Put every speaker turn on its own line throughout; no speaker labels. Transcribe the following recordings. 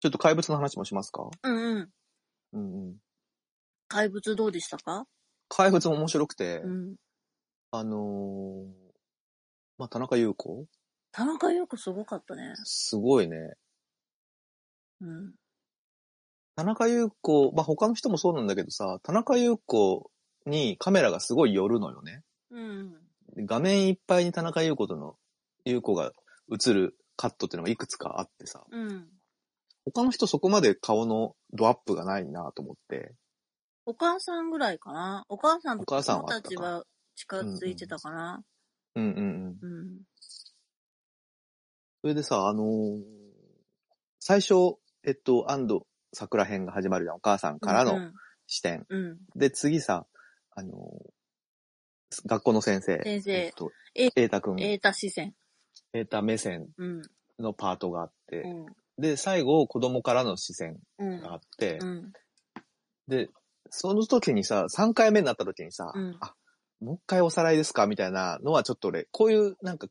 ちょっと怪物の話もしますか
うんうん。
うんうん。
怪物どうでしたか
怪物も面白くて、
うん。
あのー、まあ、田中優子
田中優子すごかったね。
すごいね。
うん。
田中優子、まあ、他の人もそうなんだけどさ、田中優子にカメラがすごい寄るのよね。
うん。
画面いっぱいに田中優子との、優子が映るカットっていうのがいくつかあってさ、
うん。
他の人そこまで顔のドアップがないなと思って、
お母さんぐらいかなお母さんと
お母
子
さん
供
はあったたか
ちは近づいてたかな
うんうんうん。
うん。
それでさ、あのー最初、えっと、安藤桜編が始まるじゃん、お母さんから
う
の
ん
視点。
うん。
で、次さ、あのー学校の先生。
先生
えっと、
え
瑛太くん、瑛
瑛太視線。
太目線
うん。
のパートがあって、
うん。
で、最後、子供からの視線
うん。
があって、
うん。
で、その時にさ、3回目になった時にさ、
うん
あ、もう一回おさらいですかみたいなのはちょっと俺、こういうなんか、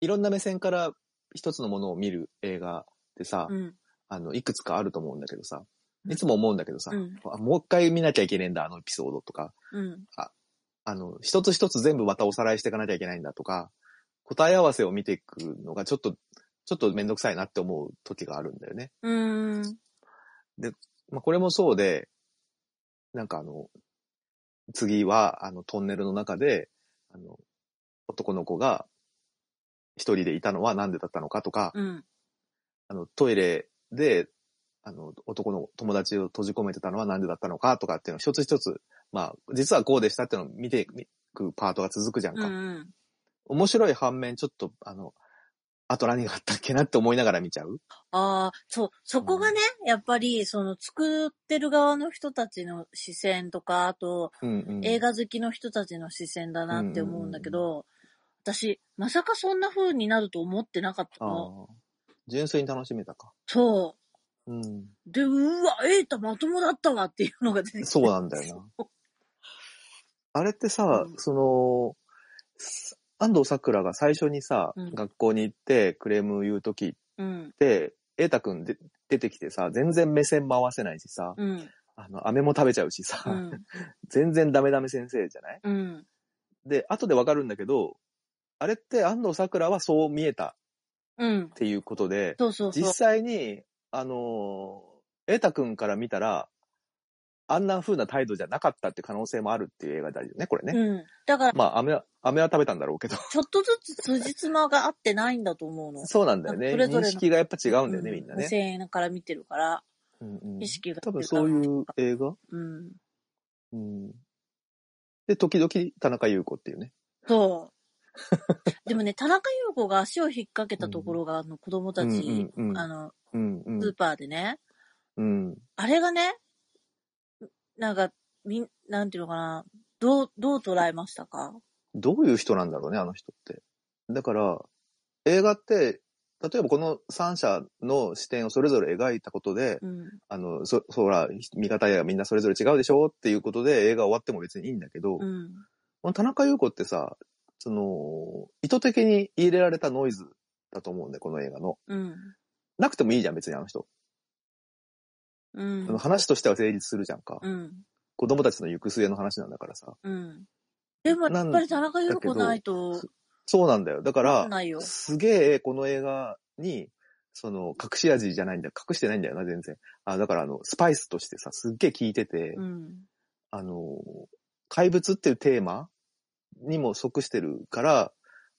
いろんな目線から一つのものを見る映画ってさ、
うん。
あの、いくつかあると思うんだけどさ、
うん
いつも思うんだけどさ、
うん。
あもう一回見なきゃいけねえんだ、あのエピソードとか、
うん。
あの、一つ一つ全部またおさらいしていかなきゃいけないんだとか、答え合わせを見ていくのがちょっと、ちょっとめんどくさいなって思う時があるんだよね。
うん。うん。
まあ、これもそうで、なんかあの、次は、あの、トンネルの中で、あの、男の子が一人でいたのはなんでだったのかとか、
うん。
あの、トイレで、あの、男の友達を閉じ込めてたのはなんでだったのかとかっていうのを一つ一つ、まあ、実はこうでしたっていうのを見ていくパートが続くじゃん
う
か。
ん。
面白い反面、ちょっと、あの、あと何があったっけなって思いながら見ちゃう。
ああ、そう、そこがね、やっぱり、その、作ってる側の人たちの視線とか、あと、
うんうん、
映画好きの人たちの視線だなって思うんだけど、
うん
私、まさかそんな風になると思ってなかった
あ
の。
あ。純粋に楽しめたか。
そ
うん。
う。で、うわ、エイタまともだったわっていうのが出てきて
そうなんだよ な。あれってさ、
うん
その、す安藤サクラが最初にさ、
うん
学校に行ってクレーム言うときっ
うん、
て、瑛太くんで出てきてさ、全然目線回せないしさ、
うん、
あの、飴も食べちゃうしさ、
うん、
全然ダメダメ先生じゃない
うん、
で、後でわかるんだけど、あれって安藤サクラはそう見えた
うん
っ。ていうことで、
そうそうそう
実。際に、あのー、瑛太くんから見たら、あんな風な態度じゃなかったって可能性もあるっていう映画だよね、これね。
うん。だから、
まあ、飴は、飴は食べたんだろうけど。
ちょっとずつ辻褄が合ってないんだと思うの。
そうなんだよね。
それぞれの
認識がやっぱ違うんだよね、
う
みんなね。
声援から見てるから、
うんうん
意識が
多分そういう映画
うん。
うん。で、時々田中優子っていうね。
そう。でもね、田中優子が足を引っ掛けたところが、あの、子供たち、
うんうんうん
あの、
うんう
スー
ん。
パーでね、
うん。
あれがね、なんか、みん、なんていうのかな、どう、どう捉えましたか
どういう人なんだろうね、あの人って。だから、映画って、例えばこの三者の視点をそれぞれ描いたことで、
うん。
あの、そ、そら、見方やみんなそれぞれ違うでしょっていうことで映画終わっても別にいいんだけど、
うん。
この田中優子ってさ、その、意図的に入れられたノイズだと思うんだよ、この映画の。
うん。
なくてもいいじゃん、別にあの人。
うん
あの。話としては成立するじゃんか。
うん。
子供たちの行く末の話なんだからさ。
うん。でも、やっぱり田中優子ないと、
そうなんだよ。だか
わかん
ら、
ないよ。
すげえこの映画に、その、隠し味じゃないんだよ。隠してないんだよな、全然。あ、だからあの、スパイスとしてさ、すっげえ効いてて、
うん。
あの、怪物っていうテーマにも即してるから、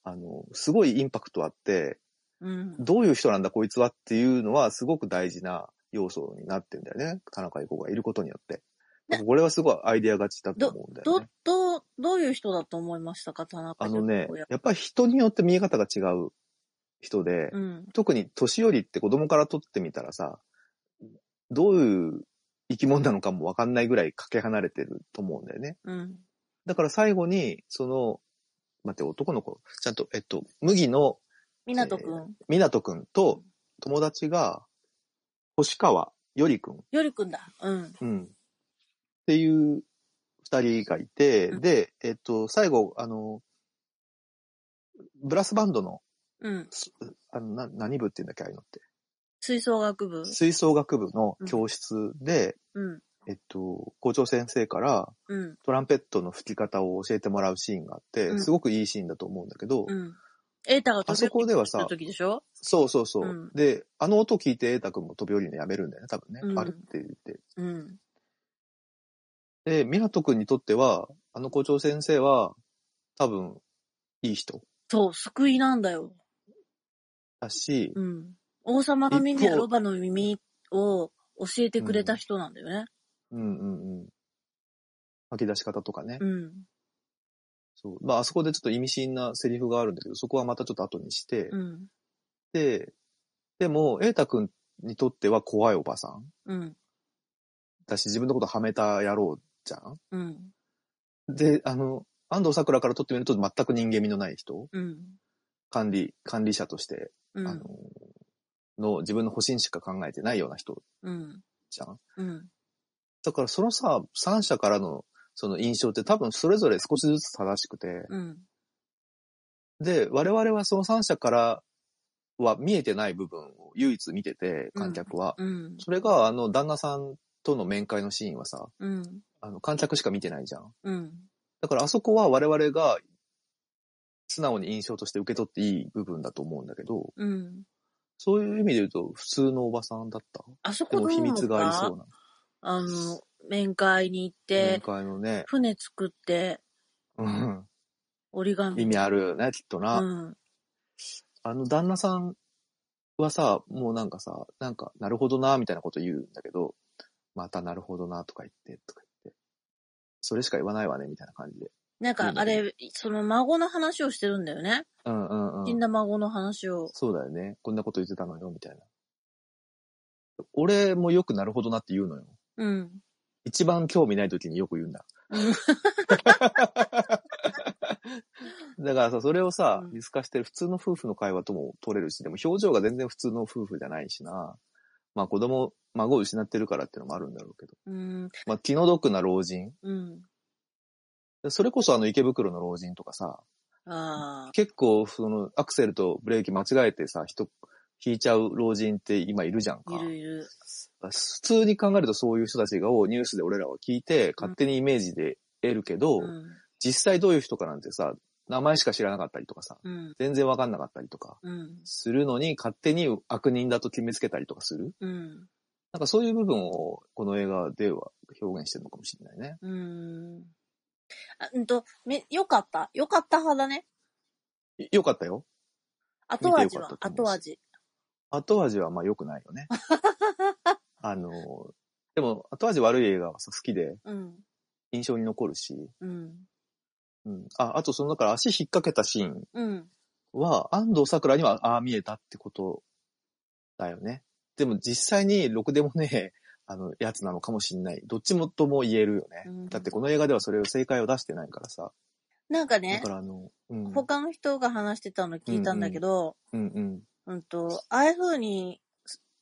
あの、すごいインパクトあって、
うん。
どういう人なんだこいつはっていうのはすごく大事な要素になってんだよね。田中優子がいることによって。
ね
これはすごいアイデア勝ちだと思うんだよ
ど
ね。、
どう、どういう人だと思いましたか、田中
あ
優子
のね
や、
やっぱり人によって見え方が違う人で、
うん。
特に年寄りって子供から撮ってみたらさ、どういう生き物なのかもわかんないぐらいかけ離れてると思うんだよね。
うん。
だから最後に、その、待って、男の子、ちゃんと、えっと、麦の
みなとくん。
湊くんと友達が、星川よりくん、
よりくんだ。うん。
うん、っていう二人がいて、
うん
で、えっと、最後、あの、ブラスバンドの、
うん。
あのな何部って言うんだっけ、ああいうのって。
吹奏楽部
吹奏楽部の教室で、
うん。
えっと、校長先生から
うん。
トランペットの吹き方を教えてもらうシーンがあって、
うん
すごくいいシーンだと思うんだけど、
うん。エータが
あそこではさ
飛び降りてきた時でしょ
そうそうそう。
うん
で、あの音聞いて、瑛太君も飛び降りるのやめるんだよね、多分ね。
うん
あれって言って。
うん。
で、湊君にとっては、あの校長先生は、多分、いい人
そう、救いなんだよ。
だし、
うん。王様の耳
一
や
方
ロバの耳を教えてくれた人なんだよね。
うんうんうん。吐き出し方とかね。
うん。
そう。まあ、あそこでちょっと意味深なセリフがあるんだけど、そこはまたちょっと後にして、
うん。
で、でも、瑛太君にとっては怖いおばさん
うん。
だし、自分のことはめた野郎じゃん
うん。
で、あの、安藤桜から撮ってみると全く人間味のない人
うん。
管理、管理者としてあ
う
の
ん。、
の自分の保身しか考えてないような人
うん。
じゃん。
うん。
だからそのさ、三者からのその印象って多分それぞれ少しずつ正しくて、
うん。
で、我々はその三者からは見えてない部分を唯一見てて、観客は。
うん。
それがあの旦那さんとの面会のシーンはさ、
うん。
あの観客しか見てないじゃん。
うん。
だからあそこは我々が素直に印象として受け取っていい部分だと思うんだけど、
うん。
そういう意味で言うと普通のおばさんだった。
あそ
で
こど
も
う
秘
思
密
っ
がありそ
た
うな。
あの、面会に行っ
面
て、
会のね、
船作って、
うん
折り紙。
意味あるよね、きっとな。
うん。
あの旦那さんはさ、もうなんかさ、なんか、なるほどな、みたいなこと言うんだけど、またなるほどな、とか言って、とか言って。それしか言わないわね、みたいな感じで。
なんか、あれ、その孫の話をしてるんだよね。
うんうん
死
うんん。
だ孫の話を。
そうだよね。こんなこと言ってたのよ、みたいな。俺もよくなるほどなって言うのよ。
うん。
一番興味ない時によく言うんだ。だからさ、それをさ
う、ん
見透かしてる普通の夫婦の会話とも取れるし、でも表情が全然普通の夫婦じゃないしな。まあ子供、孫を失ってるからってのもあるんだろうけど。
うん。
まあ気の毒な老人。
うん。
それこそあの池袋の老人とかさ、
ああ。
結構そのアクセルとブレーキ間違えてさ、人、引いちゃう老人って今いるじゃんか
い。るいる。
普通に考えるとそういう人たちがをニュースで俺らは聞いて、勝手にイメージで得るけど、
うん。
実際どういう人かなんてさ、名前しか知らなかったりとかさ、
うん。
全然わかんなかったりとか、
うん。
するのに勝手に悪人だと決めつけたりとかする。
うん。
なんかそういう部分をこの映画では表現してるのかもしれないね。
うん。あうんと、め、よかった。よかった派だね。
いよかったよ。
後
見て
味
よか
は
っ、たと思
後
う
味。
後味はまあ良くないよね。あの、でも後味悪い映画はさ好きで
うん。
印象に残るし、
うん。
うん。あ、あとそのだから足引っ掛けたシーン
うん。
は安藤桜にはああ見えたってことだよね。でも実際にろくでもねえ、 あの、やつなのかもしんない。どっちもとも言えるよね。
うん
だってこの映画ではそれを正解を出してないからさ。
なんか
だ
ね
か、らあの、うん、うん
他の人が話してたの聞いたんだけど、
うん、
うんと、ああいう風に、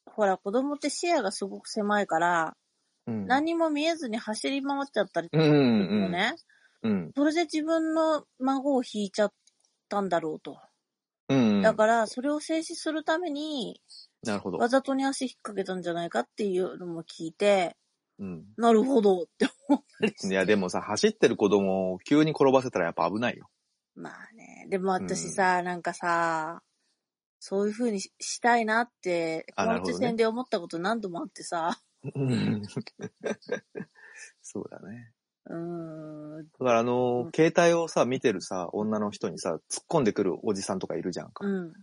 ほら、子供って視野がすごく狭いから、
うん。
何も見えずに走り回っちゃったり
う
す
ん
る
うんう
の
ん。
ね。
うん。
それで自分の孫を引いちゃったんだろうと。
うん。
だから、それを制止するために、
なるほど
わ。ざとに足引っ掛けたんじゃないかっていうのも聞いて、
うん。
なるほどって思ったりして
いや、でもさ、走ってる子供を急に転ばせたらやっぱ危ないよ。
まあね。でも私さ、なんかさ、そういう風にししたいなって、
あ
こ
なる
の
ほどね
時点で思ったこと何度もあっ てさ、
そうだね。
うー
だ
ん、
からあ
う
の
ん、
携帯をさ、見てるさ、女の人にさ、突っ込んでくるおじさんとかいるじゃんか。
うん、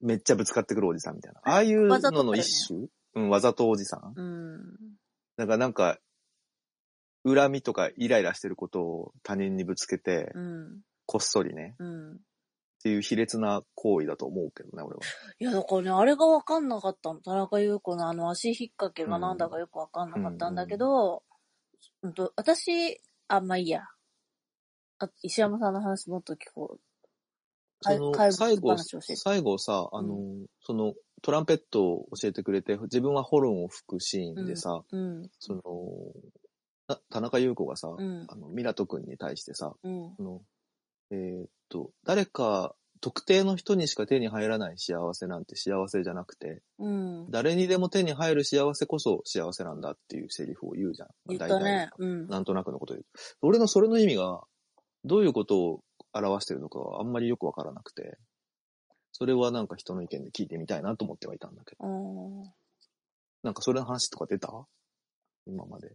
めっちゃぶつかってくるおじさんみたいな。ああいう
わざ
の
とだよ
の
ね
一種、うん、わざとおじさん。
うん、
だからなんか、恨みとかイライラしてることを他人にぶつけて、
うん、
こっそりね、
うん。
っていう卑劣な行為だと思うけどね、俺は。
いや、だからね、あれがわかんなかったの。田中優子のあの足引っ掛けがなんだかよくわかんなかったんだけど、うんと私、あ、まあいいや。あ石山さんの話もっと聞こ
そ
か
の、
怪物
最後、
話を教えて
最後さ、あの、その、トランペットを教えてくれて、自分はホルンを吹くシーンでさ、
う。うん、
その、な田中優子がさ、
うん
あの、ミラト君に対してさ、
うん、
あのえーっと、誰か特定の人にしか手に入らない幸せなんて幸せじゃなくて、
うん。
誰にでも手に入る幸せこそ幸せなんだっていうセリフを言うじゃん。
言っ
大
た
体
ね。うん。
なんとなくのことで言う。俺のそれの意味が、どういうことを表してるのかはあんまりよくわからなくて、それはなんか人の意見で聞いてみたいなと思ってはいたんだけど、
うん。
なんかそれの話とか出た今まで。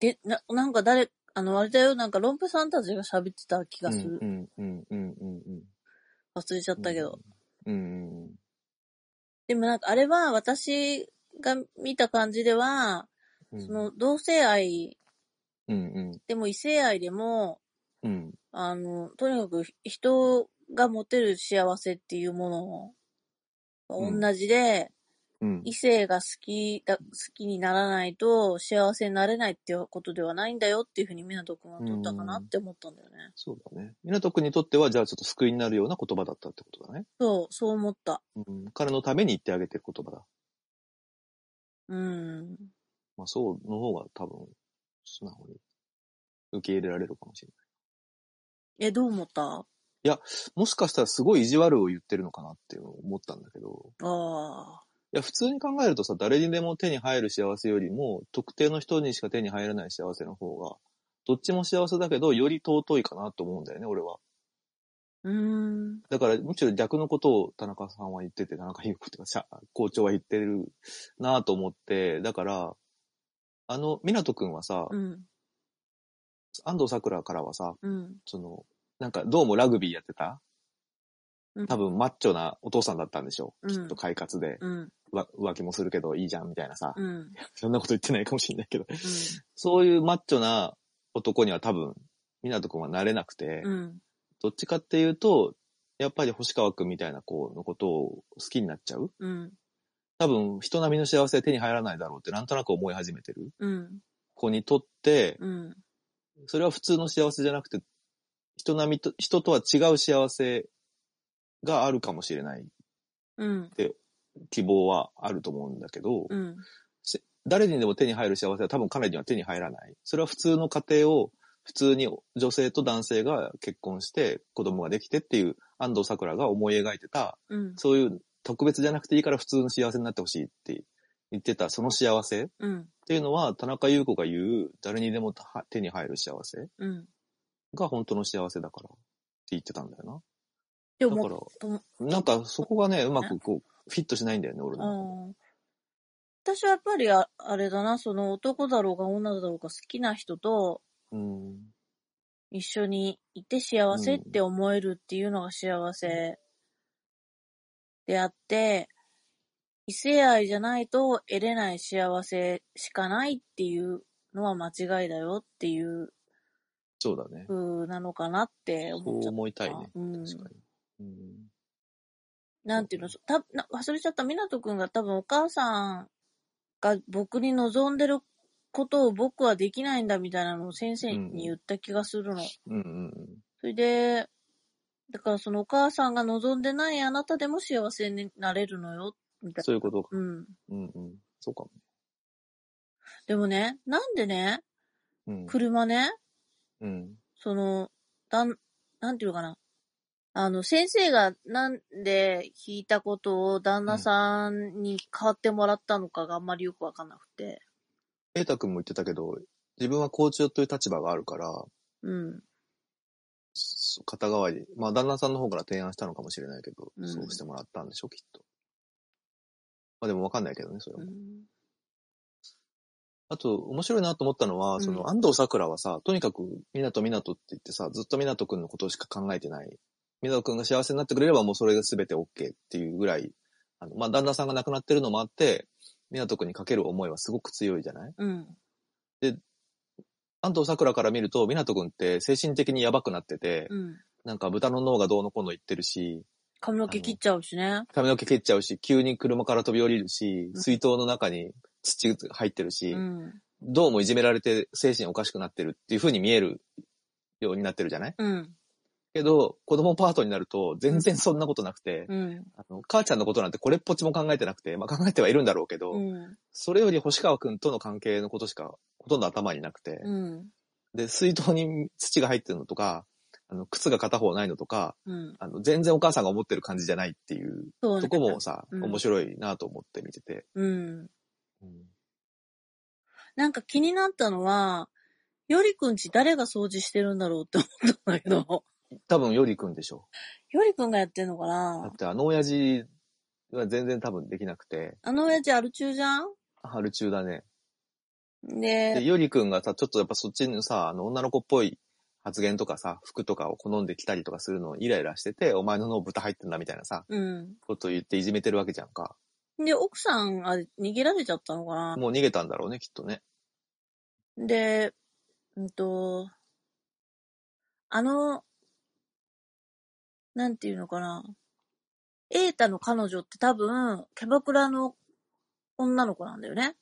で、な、なんか誰、あの、あれだよ、なんかロンペさんたちが喋ってた気がする。
うんうんうんうんうんうん。
忘れちゃったけど。
うんうんうん。
でもなんかあれは私が見た感じでは、
うん
その同性愛
うんうん
でも異性愛でも、
うん
あの、とにかく人が持てる幸せっていうものが同じで、
うん
異性が好きだ、好きにならないと幸せになれないっていうことではないんだよっていうふうに湊くんは取ったかなって思ったんだよね。
そうだね。港区にとっては、じゃあちょっと救いになるような言葉だったってことだね。
そう、そう思った。
うん、彼のために言ってあげてる言葉だ。
うん。
まあ、そうの方が多分、素直に受け入れられるかもしれない。
え、どう思ったあ
もしかしたらすごい意地悪を言ってるのかなって思ったんだけど、
あ。
いや、普通に考えるとさ、誰にでも手に入る幸せよりも、特定の人にしか手に入らない幸せの方が、どっちも幸せだけど、より尊いかなと思うんだよね、俺は。
うーん。
だから、むしろ逆のことを田中さんは言ってて、田中優子っていうか、しゃ校長は言ってるなぁと思って、だから、あの、港くんはさ、
うん。
安藤桜からはさ、
うん。
その、なんかどうもラグビーやってた
うん
多分マッチョなお父さんだったんでしょう。
うん
きっと快活で、
うん。
わ浮気もするけどいいじゃんみたいなさ、
うん。うん。
そんなこと言ってないかもしれないけど、そういうマッチョな男には多分、港くんはなれなくて、
うん。
どっちかっていうと、やっぱり星川くんみたいな子のことを好きになっちゃう
うん。
多分、人並みの幸せは手に入らないだろうってなんとなく思い始めてる
うん。
子にとって、
うん。
それは普通の幸せじゃなくて、人並みと、人とは違う幸せがあるかもしれない
うん。
希望はあると思うんだけど、
うん。
誰にでも手に入る幸せは多分彼には手に入らない。それは普通の家庭を、普通に女性と男性が結婚して子供ができてっていう安藤桜が思い描いてた
うん。
そういう特別じゃなくていいから普通の幸せになってほしいって言ってた、その幸せっ
うん。
ていうのは、田中優子が言う、誰にでもは手に入る幸せ
うん。
が本当の幸せだからって言ってたんだよ
で
な。だ
も、
か
とも
ら、なんかそこがね、うまくこう、フィットしないんだよね、俺
う
の。
ん。私はやっぱりあ、あれだな、その男だろうが女だろうが好きな人と
うん。
一緒にいて幸せって思えるっていうのが幸せであって、異性愛じゃないと得れない幸せしかないっていうのは間違いだよっていう
そうだね。
風なのかなって
そ
思っち
う
ゃっ
思いた
た。
いね。
うん。
確かに。うん。
なんていうの、そたな忘れちゃった、湊くんが多分お母さんが僕に望んでることを僕はできないんだみたいなのを先生に言った気がするの。
うんうん
それで、だからそのお母さんが望んでないあなたでも幸せになれるのよ、み
う
た
ん。
いな。
そういうことか。
うん。
うんうん。そうかも。
でもね、なんでね、
うん。
車ね、
うん。
その、だん、なんていうのかな。あの、先生がなんで弾いたことを旦那さんに代わってもらったのかがあんまりよくわかんなくて。
瑛太くんも言ってたけど、自分は校長という立場があるから、
うん。
そう肩代わり、まあ旦那さんの方から提案したのかもしれないけど、
うん
そうしてもらったんでしょ、きっと。まあでもわかんないけどね、それは。
うん。
あと、面白いなと思ったのは、
うん
その安藤桜はさ、とにかく、港港って言ってさ、ずっと港くんのことしか考えてない。港くんが幸せになってくれればもうそれが全て OK っていうぐらい、あの、まあ旦那さんが亡くなってるのもあって、港くんにかける思いはすごく強いじゃない
うん。
安藤桜から見ると、港くんって精神的にやばくなってて、
うん。
なんか豚の脳がどうのこうの言ってるし、
髪の毛切っちゃうしね。
髪の毛蹴っちゃうし、急に車から飛び降りるし、
うん
水筒の中に土入ってるし、
うん。
どうもいじめられて精神おかしくなってるっていう風に見えるようになってるじゃない
うん。
けど、子供パートになると全然そんなことなくて、
うん。
あの母ちゃんのことなんてこれっぽっちも考えてなくて、まあ考えてはいるんだろうけど、
うん。
それより星川くんとの関係のことしかほとんど頭になくて、
うん。
で、水筒に土が入ってるのとか、あの、靴が片方ないのとか、
うん。
あの、全然お母さんが思ってる感じじゃないっていう
そうなん
と
だ
こもさ、
うん
面白いなと思って見てて。
うん。
うん
なんか気になったのは、よりくんち誰が掃除してるんだろうって思ったんだけ ど、
多分、よりくんでしょ。
よりくんがやってんのか
だ
な
って、あの親父は全然多分できなくて、
あの親父アル中じゃん
春中だね。で、
で、
よりくんがさ、ちょっとやっぱそっちのさ、あの、女の子っぽい発言とかさ、服とかを好んで着たりとかするのをイライラしてて、お前の脳豚入ってんだみたいなさ、
うん。
ことを言っていじめてるわけじゃんか。
で、奥さん、あれ、逃げられちゃったのかな
もう逃げたんだろうね、きっとね。
で、うんと、あの、なんていうのかな。エータの彼女って多分、キャバクラの女の子なんだよね。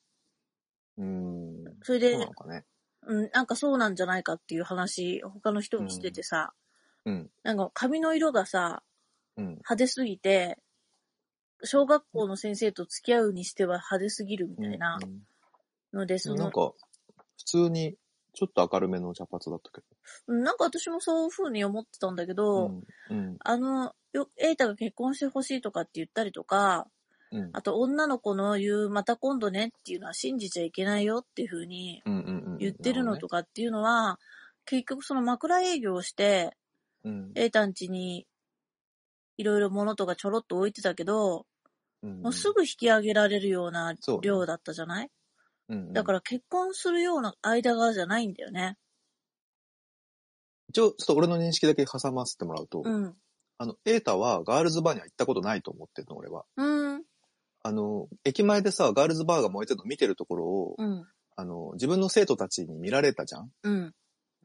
うーん。
それ
そうな
で
の、かね。
うん、なんかそうなんじゃないかっていう話、他の人にしててさ、
うん。
なんか髪の色がさ、
うん。
派手すぎて、小学校の先生と付き合うにしては派手すぎるみたいな
うん
ので、その、
なんか、普通に、ちょっと明るめの茶髪だったけ
うんなんか私もそういう風に思ってたんだけど、
ど。うん。うん。
あの、よ、エイタが結婚してほしいとかって言ったりとか、
うん。
あと女の子の言うまた今度ねっていうのは信じちゃいけないよっていうふうに
うんうんうん。
言ってるの
な
と
ほ
かっていうのは、結局その枕営業をして、
どね。
エイタん家にいろいろ物とかちょろっと置いてたけど、
うん。ん
もうす、ぐ引き上げられるような
そうね
量だったじゃな
う
い、
んうん
だから結婚するような間柄じゃないんだよね。
一応、ちょっと俺の認識だけ挟ませてもらうと、
うん。
あの、エータはガールズバーには行ったことないと思ってるの、俺は。
うん。
あの、駅前でさ、ガールズバーが燃えてるの見てるところを、
うん。
あの、自分の生徒たちに見られたじゃん
うん。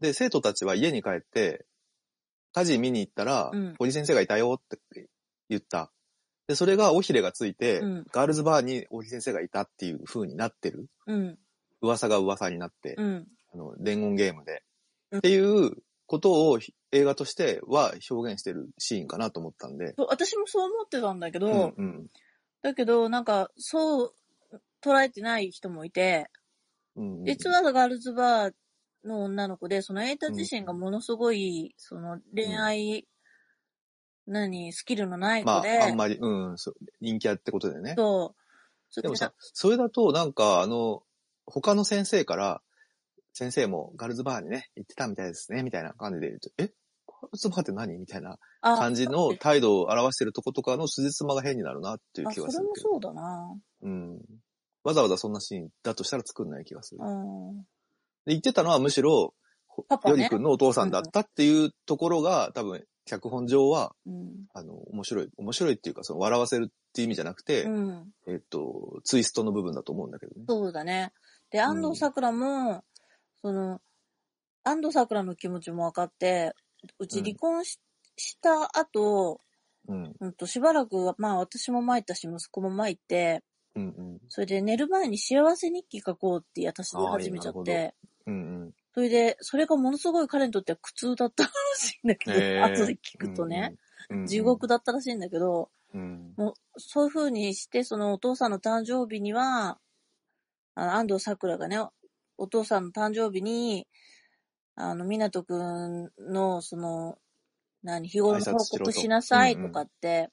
で、生徒たちは家に帰って、家事見に行ったら、
うん
堀先生がいたよって言った。で、それが尾ひれがついて、
うん
ガールズバーに堀先生がいたっていう風になってる。
うん。
噂が噂になって、
うん。
あの、伝言ゲームで。
うん
っていうことをひ映画としては表現してるシーンかなと思ったんで。
そう私もそう思ってたんだけど、
うんうん。
だけど、なんか、そう、捉えてない人もいて、
うんうん、
実はガールズバーの女の子で、そのエイタ自身がものすごい、その恋愛、何、スキルのない
ま
子で、
あ、あんまり、うん、そう人気あってことでね。
そう。そ
で
れ
も
で
さ、それだとなんか、あの、他の先生から、先生もガールズバーにね、行ってたみたいですね、みたいな感じで言うと、えガールズバーって何みたいな
あ
感じの
あ
態度を表してるとことかの辻褄が変になるなっていう気
それ
がする
も
けど。
そうだな。
うん。わざわざそんなシーンだとしたら作んない気がする
う。ん。
で、言ってたのはむしろ、ほ
パパね
よりくんのお父さんだったっていうところが、多分、脚本上は、
うん。
あの、面白い、面白いっていうか、その、笑わせるっていう意味じゃなくて、
うん。
えっと、ツイストの部分だと思うんだけどね。
そうだね。で、安藤サクラも、その、安藤サクラの気持ちも分かって、うち離婚し,、した後、
うん。
うんと、しばらくは、まあ私も参ったし、息子も参って、
うんうん。
それで寝る前に幸せ日記書こうって私で始めちゃ
あ
っ
ーなる
て、
うんうん。
それで、それがものすごい彼にとっては苦痛だったらしいんだけど、後で聞くとね、
うんうん。
地獄だったらしいんだけど、
うん。
もうそういう風にして、そのお父さんの誕生日には、あの安藤桜がね、お父さんの誕生日に、あの、湊くんの、その、何、日頃の
挨拶し
報
ろと
告しなさい
うんう
と
ん
かって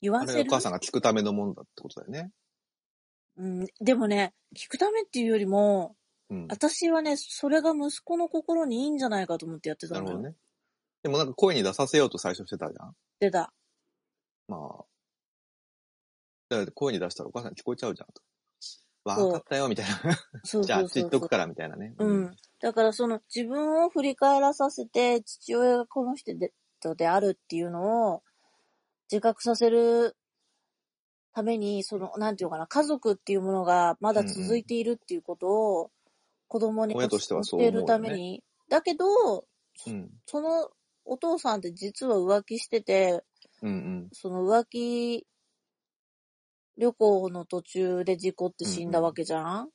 言わ
あれ
せ
お
る。
母さんが聞くためのもんだってことだよね。
うん、でもね、聞くためっていうよりも、
うん。
私はね、それが息子の心にいいんじゃないかと思ってやってた
なる
んだ
ほ
よ。
どね。でもなんか声に出させようと最初してたじゃん。
出た。
まあ。だから声に出したらお母さん聞こえちゃうじゃんと。
そう
わかったよ、みたいな。
そう
じゃあ
そ
あ
う
っち
そ
行っ
う
とくから、みたいなね。
うん。。だからその自分を振り返らさせて、父親がこの人でとであるっていうのを自覚させるために、その、なんていうのかな、家族っていうものがまだ続いているっていうことを子供に
親としてはそう思うよね
教えるために。だけど、
うん。
そのお父さんって実は浮気してて、
うんうん。
その浮気旅行の途中で事故って死んだわけじゃん、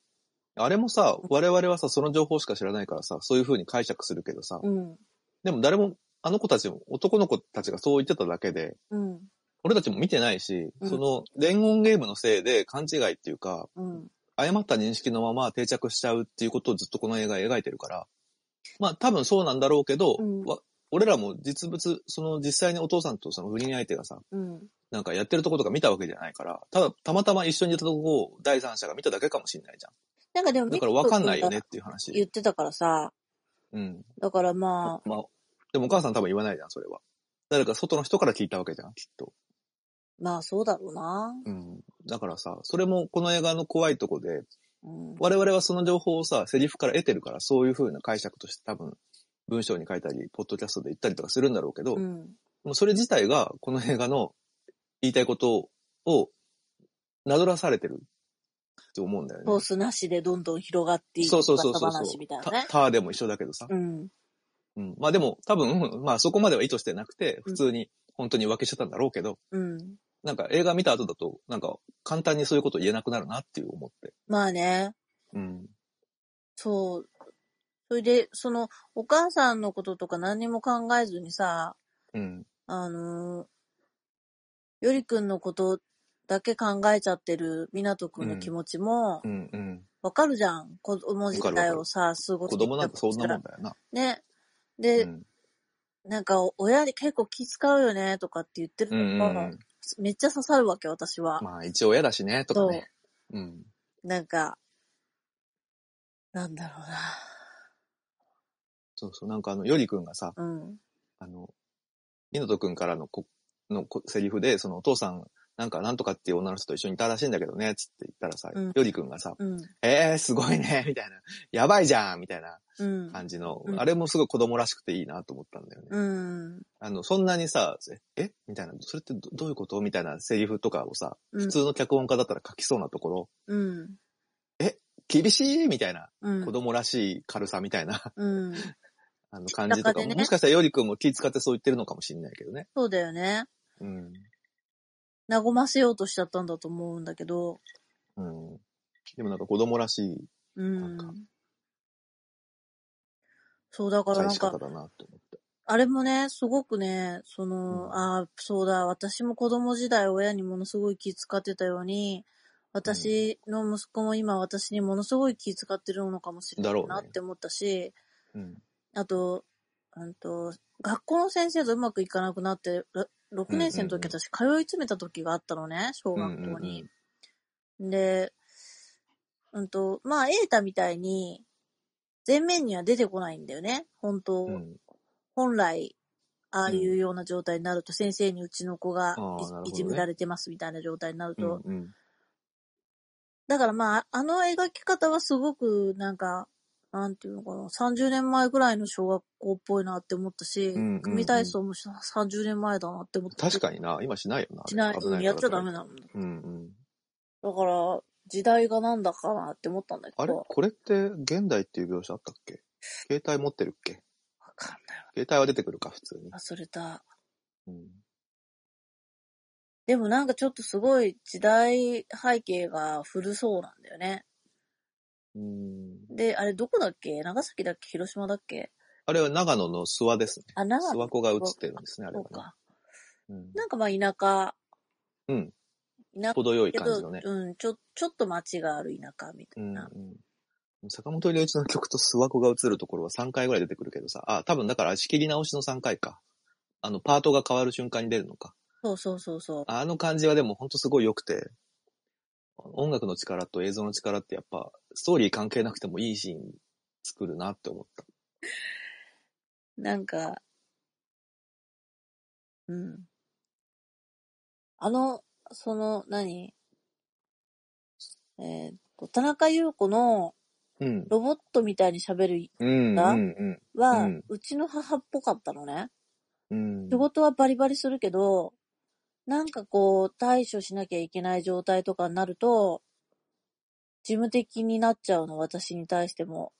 あれもさ、我々はさ、その情報しか知らないからさ、そういう風に解釈するけどさ、
うん、
でも誰も、あの子たちも、男の子たちがそう言ってただけで、
うん、
俺たちも見てないし、
うん
その伝言ゲームのせいで勘違いっていうか、
うん。
誤った認識のまま定着しちゃうっていうことをずっとこの映画描いてるから、まあ多分そうなんだろうけど、
うん
わ俺らも実物、その実際にお父さんとその不倫相手がさ、
うん。
なんかやってるとことか見たわけじゃないから、ただ、たまたま一緒にいたとこを第三者が見ただけかもしれないじゃ
なんかでも、
ん。だから分かんないよね
ビ
っ
ク
ていう
ト君が言
話。
ってたからさ、
うん。
だからまあ、
まあ、でもお母さん多分言わないじゃん、それは。誰か外の人から聞いたわけじゃん、きっと。
まあそうだろうな。
うん。だからさ、それもこの映画の怖いとこで、
うん。
我々はその情報をさ、セリフから得てるから、そういう風な解釈として多分、文章に書いたり、ポッドキャストで言ったりとかするんだろうけど、
うん。
もうそれ自体がこの映画の言いたいことをなぞらされてるって思うんだよね。
コースなしでどんどん広がっていく
そうそうそう
噂
そう
話みたいな
タ
ね。
タワーでも一緒だけどさ。
うん。
うんまあでも多分、まあそこまでは意図してなくて、普通に本当に浮気してたんだろうけど、
うん。
なんか映画見た後だと、なんか簡単にそういうこと言えなくなるなっていう思って。
まあね。
うん。
そう。それで、その、お母さんのこととか何にも考えずにさ、
うん。
あのーよりくんのことだけ考えちゃってるみなとくんの気持ちも
う、ん。うん。
わかるじゃん。子供時代をさ、過ご
子
してきた
供なんてそんなもん
こ
だよな。
としたらね。
う
で、
ん。
なんか、親に結構気使うよね、とかって言ってる
う
の
んうん
が、
うん。
めっちゃ刺さるわけ、私は。
まあ一応親だしね、とかね。うん。
なんか、なんだろ
そうそう。なんかあの、よりくんがさ、
うな。うん。
あの、みのとくんからのこ、のこセリフで、そのお父さん、なんかなんとかっていう女の人と一緒にいたらしいんだけどね、つって言ったらさ、
うん
よりくんがさ、
うん。
えー、すごいね、みたいな、やばいじゃん、みたいな
うん。
感じの、
うん
あれもすごい子供らしくていいなと思ったんだよね。
うん。
あの、そんなにさ、ええみたいな、それってどどういうことみたいなセリフとかをさ、
うん
普通の脚本家だったら書きそうなところ、
うん。
厳しいみたいな、
うん。
子供らしい軽さみたいな、
うん。
あの感じとか
中
も、
でね
もしかしたらよりくんも気使ってそう言ってるのかもしれないけどね。
そうだよね。
うん。
和ませようとしちゃったんだと思うんだけど。
うん。でもなんか子供らしいうなん
ん
か。
そう、だから
返
なん
し方
か、
だなって思って。
あれもね、すごくね、その、
うん
ああ、そうだ、私も子供時代親にものすごい気使ってたように、私の息子も今私にものすごい気使ってるのかもしれな
だろう
い
ね
なって思ったし、
うん。
あと、うんと、学校の先生とうまくいかなくなって、ら6年生の時
うんうん
私通い詰めた時があったのね、小学校に。で、うんと、まあ、エータみたいに、前面には出てこないんだよね。本当、
うんうんうん。
本来、ああいうような状態になると、先生にうちの子が
あーなるほどね
いいじめられてますみたいな状態になる
うん
と、
うん
だからまあ、あの描き方はすごく、なんか、なんていうのかな、30年前ぐらいの小学校っぽいなって思ったし、
んうんうん
組体操もさ30年前だなって思った。
確かにな、今しないよな。
しない、
危
うんやっちゃダメ
だ。
なもんだ。
うんうん。
だから、時代がなんだかなって思ったんだけ
あれ
ど、わ
これって現代っていう描写あったっけ携帯持ってるっけ
かんないわ。
携帯は出てくるか、普通に。
忘れた。
うん。
でもなんかちょっとすごい時代背景が古そうなんだよね。
うん、
で、あれどこだっけ長崎だっけ広島だっけ
あれは長野の諏訪ですね。
あ、長
諏
野
訪湖が映ってるんですね、あれ
そ
は
う
ね、
か。
うん。
なんかまあ田
う
舎、
ん。
田舎
程よい
け
感じ
ど、
のね。
うん、ちょ、ちょっと街がある田舎みた
う
い
んう
な。
ん。坂本龍一の曲と諏訪湖が映るところは3回ぐらい出てくるけどさ。あ、多分だから仕切り直しの3回か。あの、パートが変わる瞬間に出るのか。
そうそうそうそう。
あの感じはでもほんとすごい良くて、音楽の力と映像の力ってやっぱ、ストーリー関係なくてもいいシーン作るなって思った。
なんか、うん。あの、その、何えーっと、田中優子の
うん。
ロボットみたいに喋る
うん、うん、
は、
う
うんちの母っぽかったのね。
うん。
仕事はバリバリするけど、なんかこう、対処しなきゃいけない状態とかになると、事務的になっちゃうの、私に対しても。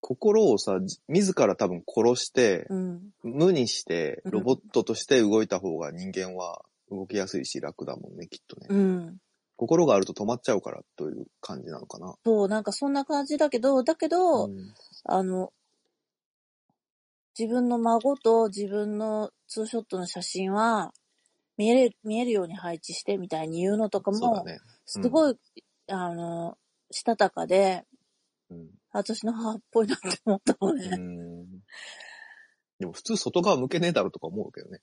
心をさ、じ自ら多分殺して、
うん。
無にして、
うん
ロボットとして動いた方が人間は動きやすいし楽だもんね、きっとね。
うん。
心があると止まっちゃうからという感じなのかな。
そう、なんかそんな感じだけど、だけど、
うん
あの、自分の孫と自分のツーショットの写真は、見える、見えるように配置してみたいに言うのとか
そうだ
も、
ね。
すごい、あの、したたかで、
うん
私の母っぽいなって思ったも
う
んね。
んでも普通外側向けねえだろとか思うけどね。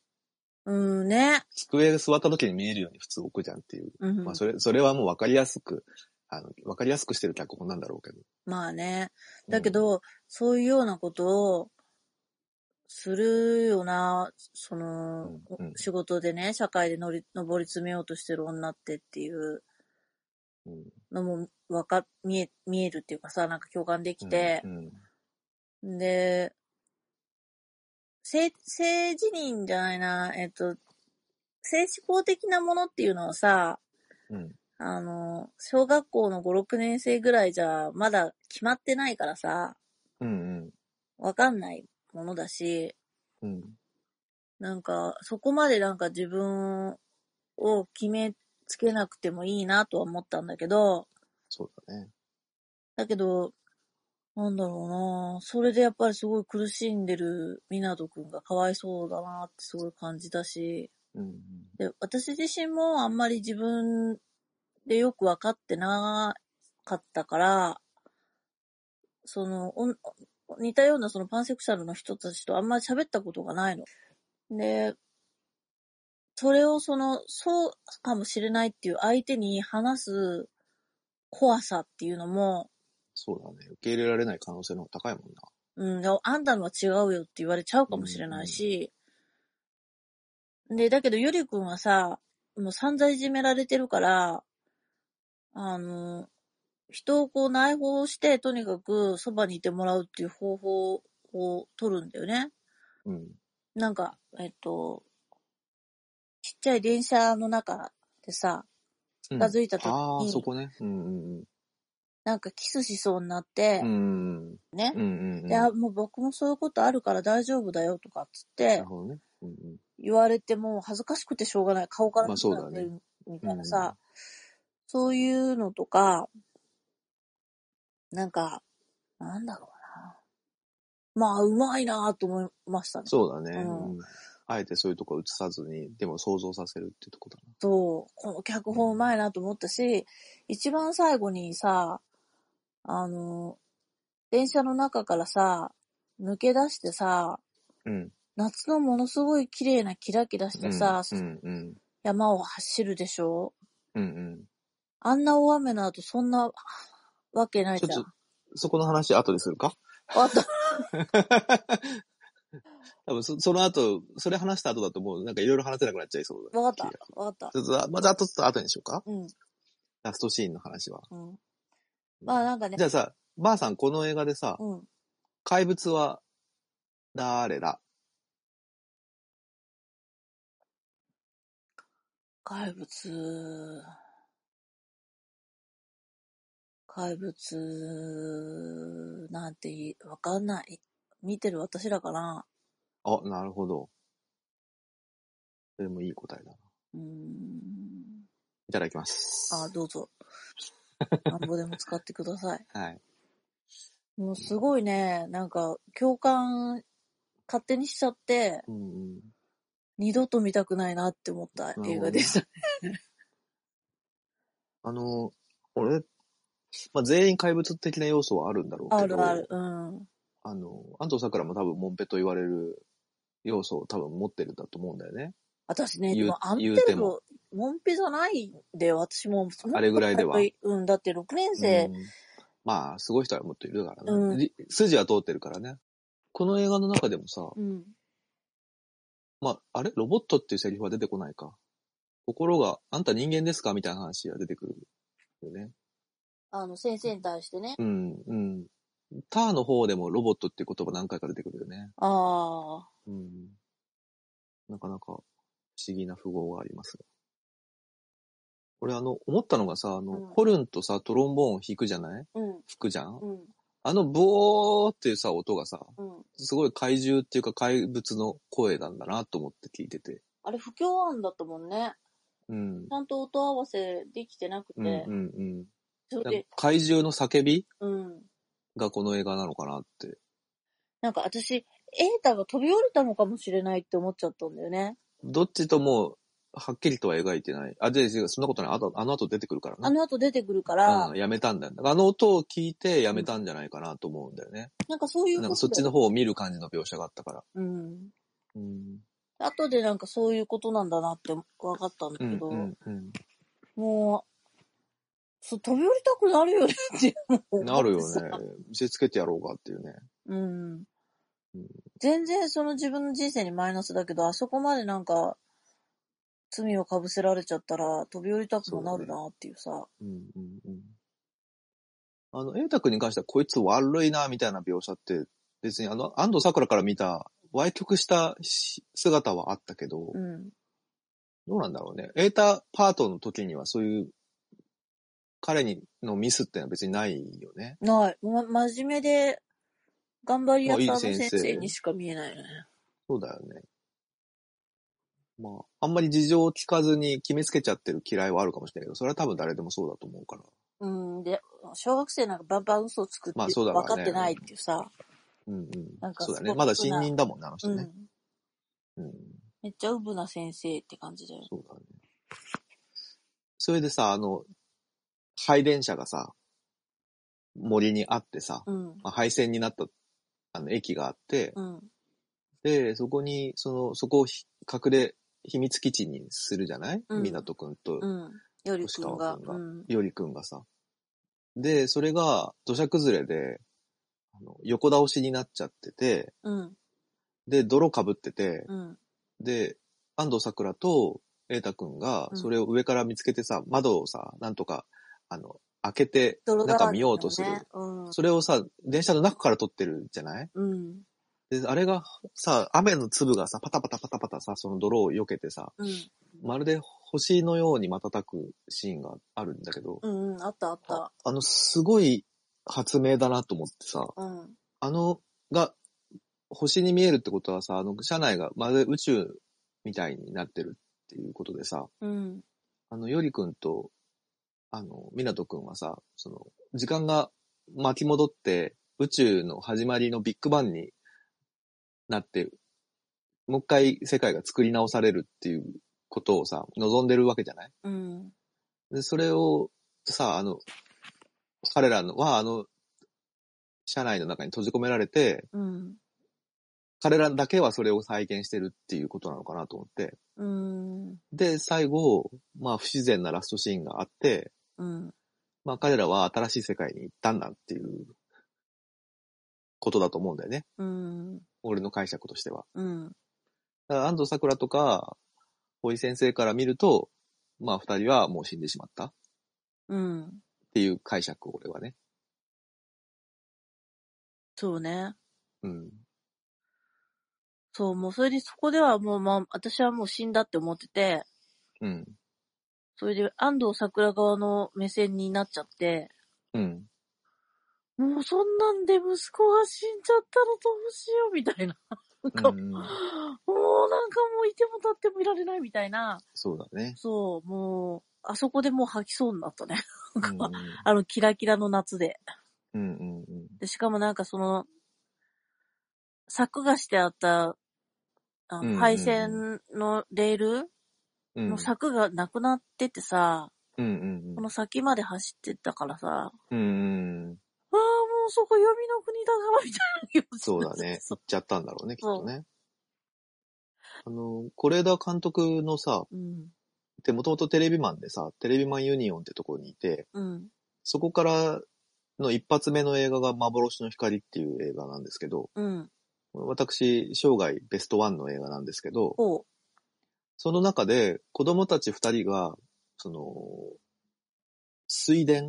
うんね。
机座った時に見えるように普通置くじゃんっていう。
うん。
まあそれ、それはもう分かりやすく、あの、分かりやすくしてる脚本なんだろうけど。
まあね。だけど、そういうようなことを、するよな、そ
うん、
の、
うん、うん
仕事でね、社会で乗り、上り詰めようとしてる女ってっていう
うん。
のも、わか、見え、見えるっていうかさ、なんか共感できて
う、ん、
で、性、性自認じゃないな、えっと、性思考的なものっていうのはさ、
うん、
あの、小学校の5、6年生ぐらいじゃ、まだ決まってないからさ、
うん、
わかんないものだし、
うん、
なんか、そこまでなんか自分を決めつけなくてもいいなとは思ったんだけど、
そうだね。
だけど、なんだろうなそれでやっぱりすごい苦しんでる湊くんがかわいそうだなってすごい感じたし、
うん、
で、私自身もあんまり自分でよくわかってなかったから、その、おん似たようなそのパンセクシャルの人たちとあんまり喋ったことがないの。で、それをその、そうかもしれないっていう相手に話す怖さっていうのも、
そうだね。受け入れられない可能性の方が高いもんな。
うん、あんたのは違うよって言われちゃうかもしれないし、で、だけどゆりくんはさ、もう散々いじめられてるから、あの、人をこう内包して、とにかくそばにいてもらうっていう方法を取るんだよね。
うん、
なんか、えっと、ちっちゃい電車の中でさ、
近
近づいた時に
ああ、そこね。うん、うん、
なんかキスしそうになって
うん。う、ん、
ね
うん、う。ん。
で、あもう僕もそういうことあるから大丈夫だよとかっつっ
な
て
る、ほどね。うん、うん。
言われてもう恥ずかしくてしょうがない。顔から
まあ
出
そうだ
て
ね
るみたいなさ、そういうのとか、なんか、なんだろうな。まあ、うまいなと思いましたね。
そうだね、
うん
うんあえてそういうとこ映さずに、でも想像させるってとこだな。
そう、この脚本うまいなと思ったし、一番最後にさ、あの、電車の中からさ、抜け出してさ、
うん。
夏のものすごい綺麗なキラキラしたさ、
うん、うん、
山を走るでしょ
うん、うん。
あんな大雨の後そんなわけないじゃ
ちょ
ん
っ。そこの話後でするか
あと、
多分そ、その後、それ話した後だともうなんかいろいろ話せなくなっちゃいそうだ、
わか
気
っ
が
た。わかっ
ちょっと、また、あとちょっと後にしようか
た。うん。
ラストシーンの話は。
うん。まあなんかね
じ、ゃあさ、ばあさん、この映画でさ、
うん。
怪物は、誰だ
怪物。怪物、なんていい、わかんない。見てる私らかな。
あ、なるほど。それもいい答えだな。
うーん。
いただきます。
あ、どうぞ。なんぼでも使ってください。
はい。
もうすごいね、なんか、共感、勝手にしちゃって、
うんうん。
二度と見たくないなって思った映画でした。
あの、俺、まあ、全員怪物的な要素はあるんだろう
あ
け
る
ど、
ある。うん。
あの、安藤桜も多分、モンペと言われる要素を多分持ってるんだと思うんだよね。
私ね、
言
で
う
もアン
言う
テ
て
ル
も
ド、モンペじゃないんだよ、私も。
あれぐらいでは
もっとやっぱりうん、だって6年
う
生、
んまあ、すごい人はもっといるからね、
うん
じ筋は通ってるからね。この映画の中でもさ、
うん。
まあ、あれロボットっていうセリフは出てこないか。心が、あんた人間ですかみたいな話が出てくるよね。
あの、先生に対してね。
うん、うん。ターの方でもロボットっていう言葉何回か出てくるよね。
ああ、
うん。なかなか不思議な符号がありますね。俺あの、思ったのがさ、あの、
うん
ホルンとさ、トロンボーン弾くじゃない
うん、
吹くじゃん
うん、
あの、ボーっていうさ、音がさ、
うん。
すごい怪獣っていうか怪物の声なんだなと思って聞いてて。
あれ、不協和音だったもんね。
うん
ち。ゃんと音合わせできてなくて。
うん、うん、うん。
それ
なん
で
か、怪獣の叫び
うん。
がこの映画なのかなって。
なんか私、エータが飛び降りたのかもしれないって思っちゃったんだよね。
どっちともはっきりとは描いてない。あ、で、違うそんなことない。あと、あの後出てくるからな。
あの後出てくるから、
うん、やめたんだよ。あの音を聞いてやめたんじゃないかなと思うんだよね。
なんかそういう
なんか
こ
そ
と
っち
で、
の方を見る感じの描写があったから。
うん。
うん。
後でなんかそういうことなんだなって分かったんだ
う
け
ん。
ど、
うん。うん
もう、そう飛び降りたくなるよねってもう
なるよ
思って
ね
さ。
見せつけてやろうかっていうね。
うん
うん。
全然その自分の人生にマイナスだけど、あそこまでなんか、罪をかぶせられちゃったら飛び降りたくもなるなっていうさ。
うん。うん。うん。あの、瑛太君に関しては、こいつ悪いな、みたいな描写って、別にあの、安藤桜から見た、歪曲したし姿はあったけど、
うん。
どうなんだろうね。瑛太パートの時には、そういう、彼にのミスってのは別にないよね。
ない。ま、真面目で、頑張り屋さんの
あいい
先
先生
生にしか見えないよね。
そうだよね。まあ、あんまり事情を聞かずに決めつけちゃってる嫌いはあるかもしれないけど、それは多分誰でもそうだと思うから。
うん。で、小学生なんかバンバン嘘をつくって、
まあそうだろうね
分かってないっていうさ。
うんうん。
なんか
そうだ
す
ね。
ごく
まだ新任だもんね、あの人
う
ね
ん。。
うん。
めっちゃウブな先生って感じだよ。
そうだね。それでさ、あの、配電車がさ、森にあってさ、
うん。
まあ、廃線になった、あの、駅があって、
うん。
で、そこに、その、そこをひ隠れ、秘密基地にするじゃない、
うん
港くんと
うん。よりく
星
ん
川
が。
くん
う
が
ん。
よりくんがさ。で、それが土砂崩れで、あの横倒しになっちゃってて、
うん。
で、泥被ってて、
うん。
で、安藤桜と瑛太くんが
うん
それを上から見つけてさ、窓をさ、なんとか、あの、開けて、
泥だらけ
中
だもんね
見ようとする。
うん。
それをさ、電車の中から撮ってるじゃない
うん。
で、あれがさ、雨の粒がさ、パタパタパタパタさ、その泥を避けてさ、
うん。
まるで星のように瞬くシーンがあるんだけど、
うん。うん。あったあった。
あの、すごい発明だなと思ってさ、
うん。
あの、が、星に見えるってことはさ、あの、車内がまるで宇宙みたいになってるっていうことでさ、
うん。
あの、よりくんと、あの、みなとくんはさ、その、時間が巻き戻って、宇宙の始まりのビッグバンになって、もう一回世界が作り直されるっていうことをさ、望んでるわけじゃない
うん。
で、それをさ、あの、彼らのは、あの、社内の中に閉じ込められて、
うん。
彼らだけはそれを再現してるっていうことなのかなと思って。
うん。
で、最後、まあ不自然なラストシーンがあって、
うん。
まあ彼らは新しい世界に行ったんだっていうことだと思うんだよね。
うん。
俺の解釈としては。
うん。
だから安藤桜とか、堀井先生から見ると、まあ二人はもう死んでしまったっ
うん。
ていう解釈、俺はね。
そうね。
うん。
そう、もうそれでそこではもうまあ、私はもう死んだって思ってて、
うん。
それで安藤桜側の目線になっちゃって、
うん。
もうそんなんで息子が死んじゃったらどうしようみたいな。なんか、
うん
もうなんかもういても立ってもいられないみたいな。
そうだね。
そう、もう、あそこでもう吐きそうになったね。
うんうん
あの、キラキラの夏で。
うんうんうん
で、しかもなんかその、柵がしてあった、あ
うんうんう
の、
ん
配線のレール
うん
の柵がなくなっててさ、
うんうん
この先まで走ってったからさ、ああ、
うんうんうん
もうそこ闇の国だからみたいな気持ち
そうだね。行
そ
っちゃったんだろうね、きっとね。あの、是枝監督のさ、
う。うん。
ってもともとテレビマンでさ、テレビマンユニオンってところにいて、
うん。
そこからの一発目の映画が幻の光っていう映画なんですけど、
うん。
私、生涯ベストワンの映画なんですけど、
おう。
その中で子供たち二人が、その、水田、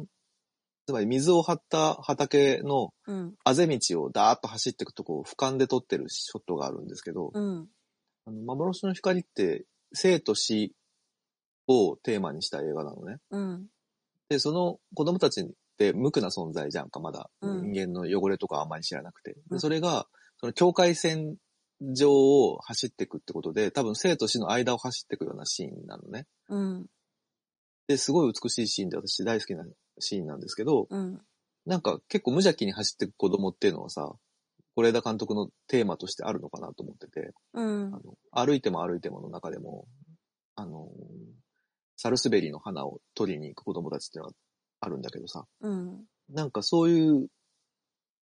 つまり水を張った畑の
うん。
あぜ道をダーッと走っていくとこを俯瞰で撮ってるショットがあるんですけど、
うん。
あの幻の光って生と死をテーマにした映画なのね。
うん。
で、その子供たちって無垢な存在じゃんか、まだ。
うん
人間の汚れとかあんまり知らなくて。
う
で、
ん
それが、その境界線上を走っていくってことで、多分生と死の間を走っていくようなシーンなのね。
うん。
で、すごい美しいシーンで私大好きなシーンなんですけど、
うん。
なんか結構無邪気に走っていく子供っていうのはさ、是枝監督のテーマとしてあるのかなと思ってて、
うん
あ。の歩いても歩いてもの中でも、あの、サルスベリの花を取りに行く子供たちっていうのがあるんだけどさ、
うん。
なんかそういう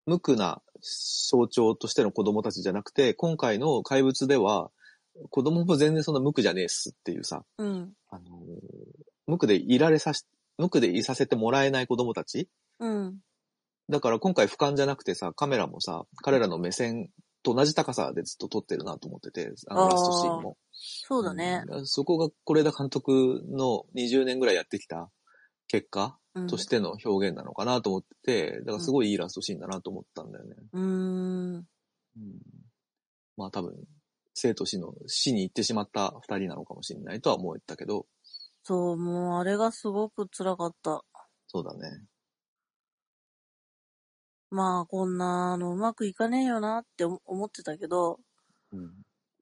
無垢な象徴としての子供たちじゃなくて、今回の怪物では、子供も全然そんな無垢じゃねえっすっていうさ、
うん。
あの、無垢でいられさし、無垢でいさせてもらえない子供たち
うん。
だから今回俯瞰じゃなくてさ、カメラもさ、彼らの目線と同じ高さでずっと撮ってるなと思ってて、あ
あ
の
ー
ラストシーンも。
そうだね。
うん。そこが是枝監督の20年ぐらいやってきた結果
うん。
としての表現なのかなと思ってて、だからすごいいいラストシーンだなと思ったんだよね。
うーん。
まあ多分、生と死の死に行ってしまった二人なのかもしれないとは思ったけど、
そう、もうあれがすごく辛かった。
そうだね。
まあ、こんなのうまくいかねえよなって思思ってたけど、
うん。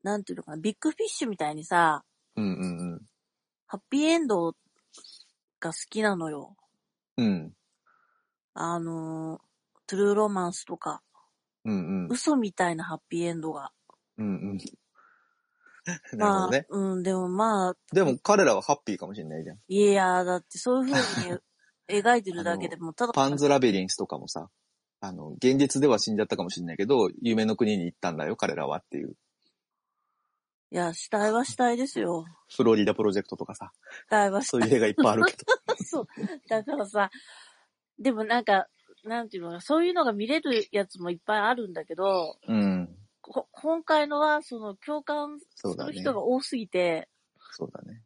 なんていうのかな、ビッグフィッシュみたいにさ、
うんうん
ハッピーエンドが好きなのよ。
うん。うん。
あのー、トゥルーロマンスとか、
うんうん。
嘘みたいなハッピーエンドが。
うんう ん。なるほ
ま
どね
あ。、うん、でもまあ、
でも彼らはハッピーかもしれないじゃん。
いやー、だってそういう 風に描いてるだけでも、ただ、
パンズラビリンスとかもさ、あの、現実では死んじゃったかもしれないけど、夢の国に行ったんだよ、彼らはっていう。
いや、死体は死体ですよ。
フロリダプロジェクトとかさ、
死体は死
そういう映画いっぱいあるけど。
体。そう。だからさ、でもなんか、なんていうのか、そういうのが見れるやつもいっぱいあるんだけど、
うん。
こ今回のは、その、共感す
そうだ
る
ね。
人が多すぎて、
そうだね。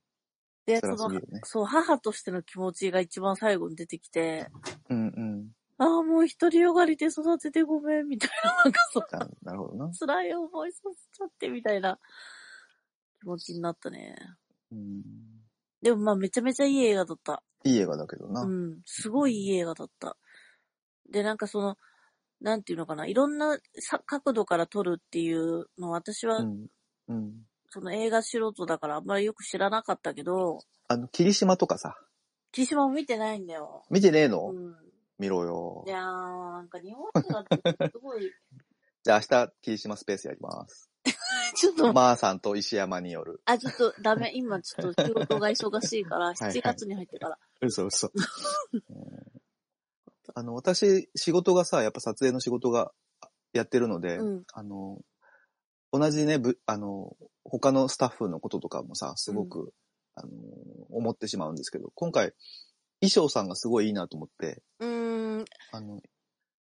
で、そ
辛すぎ
の
る、ね。
そう、母としての気持ちが一番最後に出てきて、
うんうん。
ああ、もう独りよがりで育ててごめん、みたいな、なんかそう、
ななるほどな。
辛い思いさせちゃって、みたいな気持ちになったね。
うん、
でもまあ、めちゃめちゃいい映画だった。
いい映画だけどな。う
う
ん
ん、すごいいい映画だった。で、なんかその、なんていうのかな、いろんなさ角度から撮るっていうの、私は、
うん。
その映画素人だからあんまりよく知らなかったけど、
あの、霧島とかさ、
霧島も見てないんだよ。
見てねえの、
うん。
見ろよ
い。やー、なんか日本映画ってすごい、
じゃあ明日、霧島スペースやります。
ちょっと
まーさんと石山による。
あ、ちょっとダメ。今ちょっと仕事が忙しいから、
いはい
7月に入ってから。
嘘嘘。 うんあの、私、仕事がさ、やっぱ撮影の仕事がやってるので、
うん
あの、同じね、ぶあの、他のスタッフのこととかもさ、すごく、あの、思ってしまうんですけど、今回、衣装さんがすごいいいなと思って、
うーん。
あの、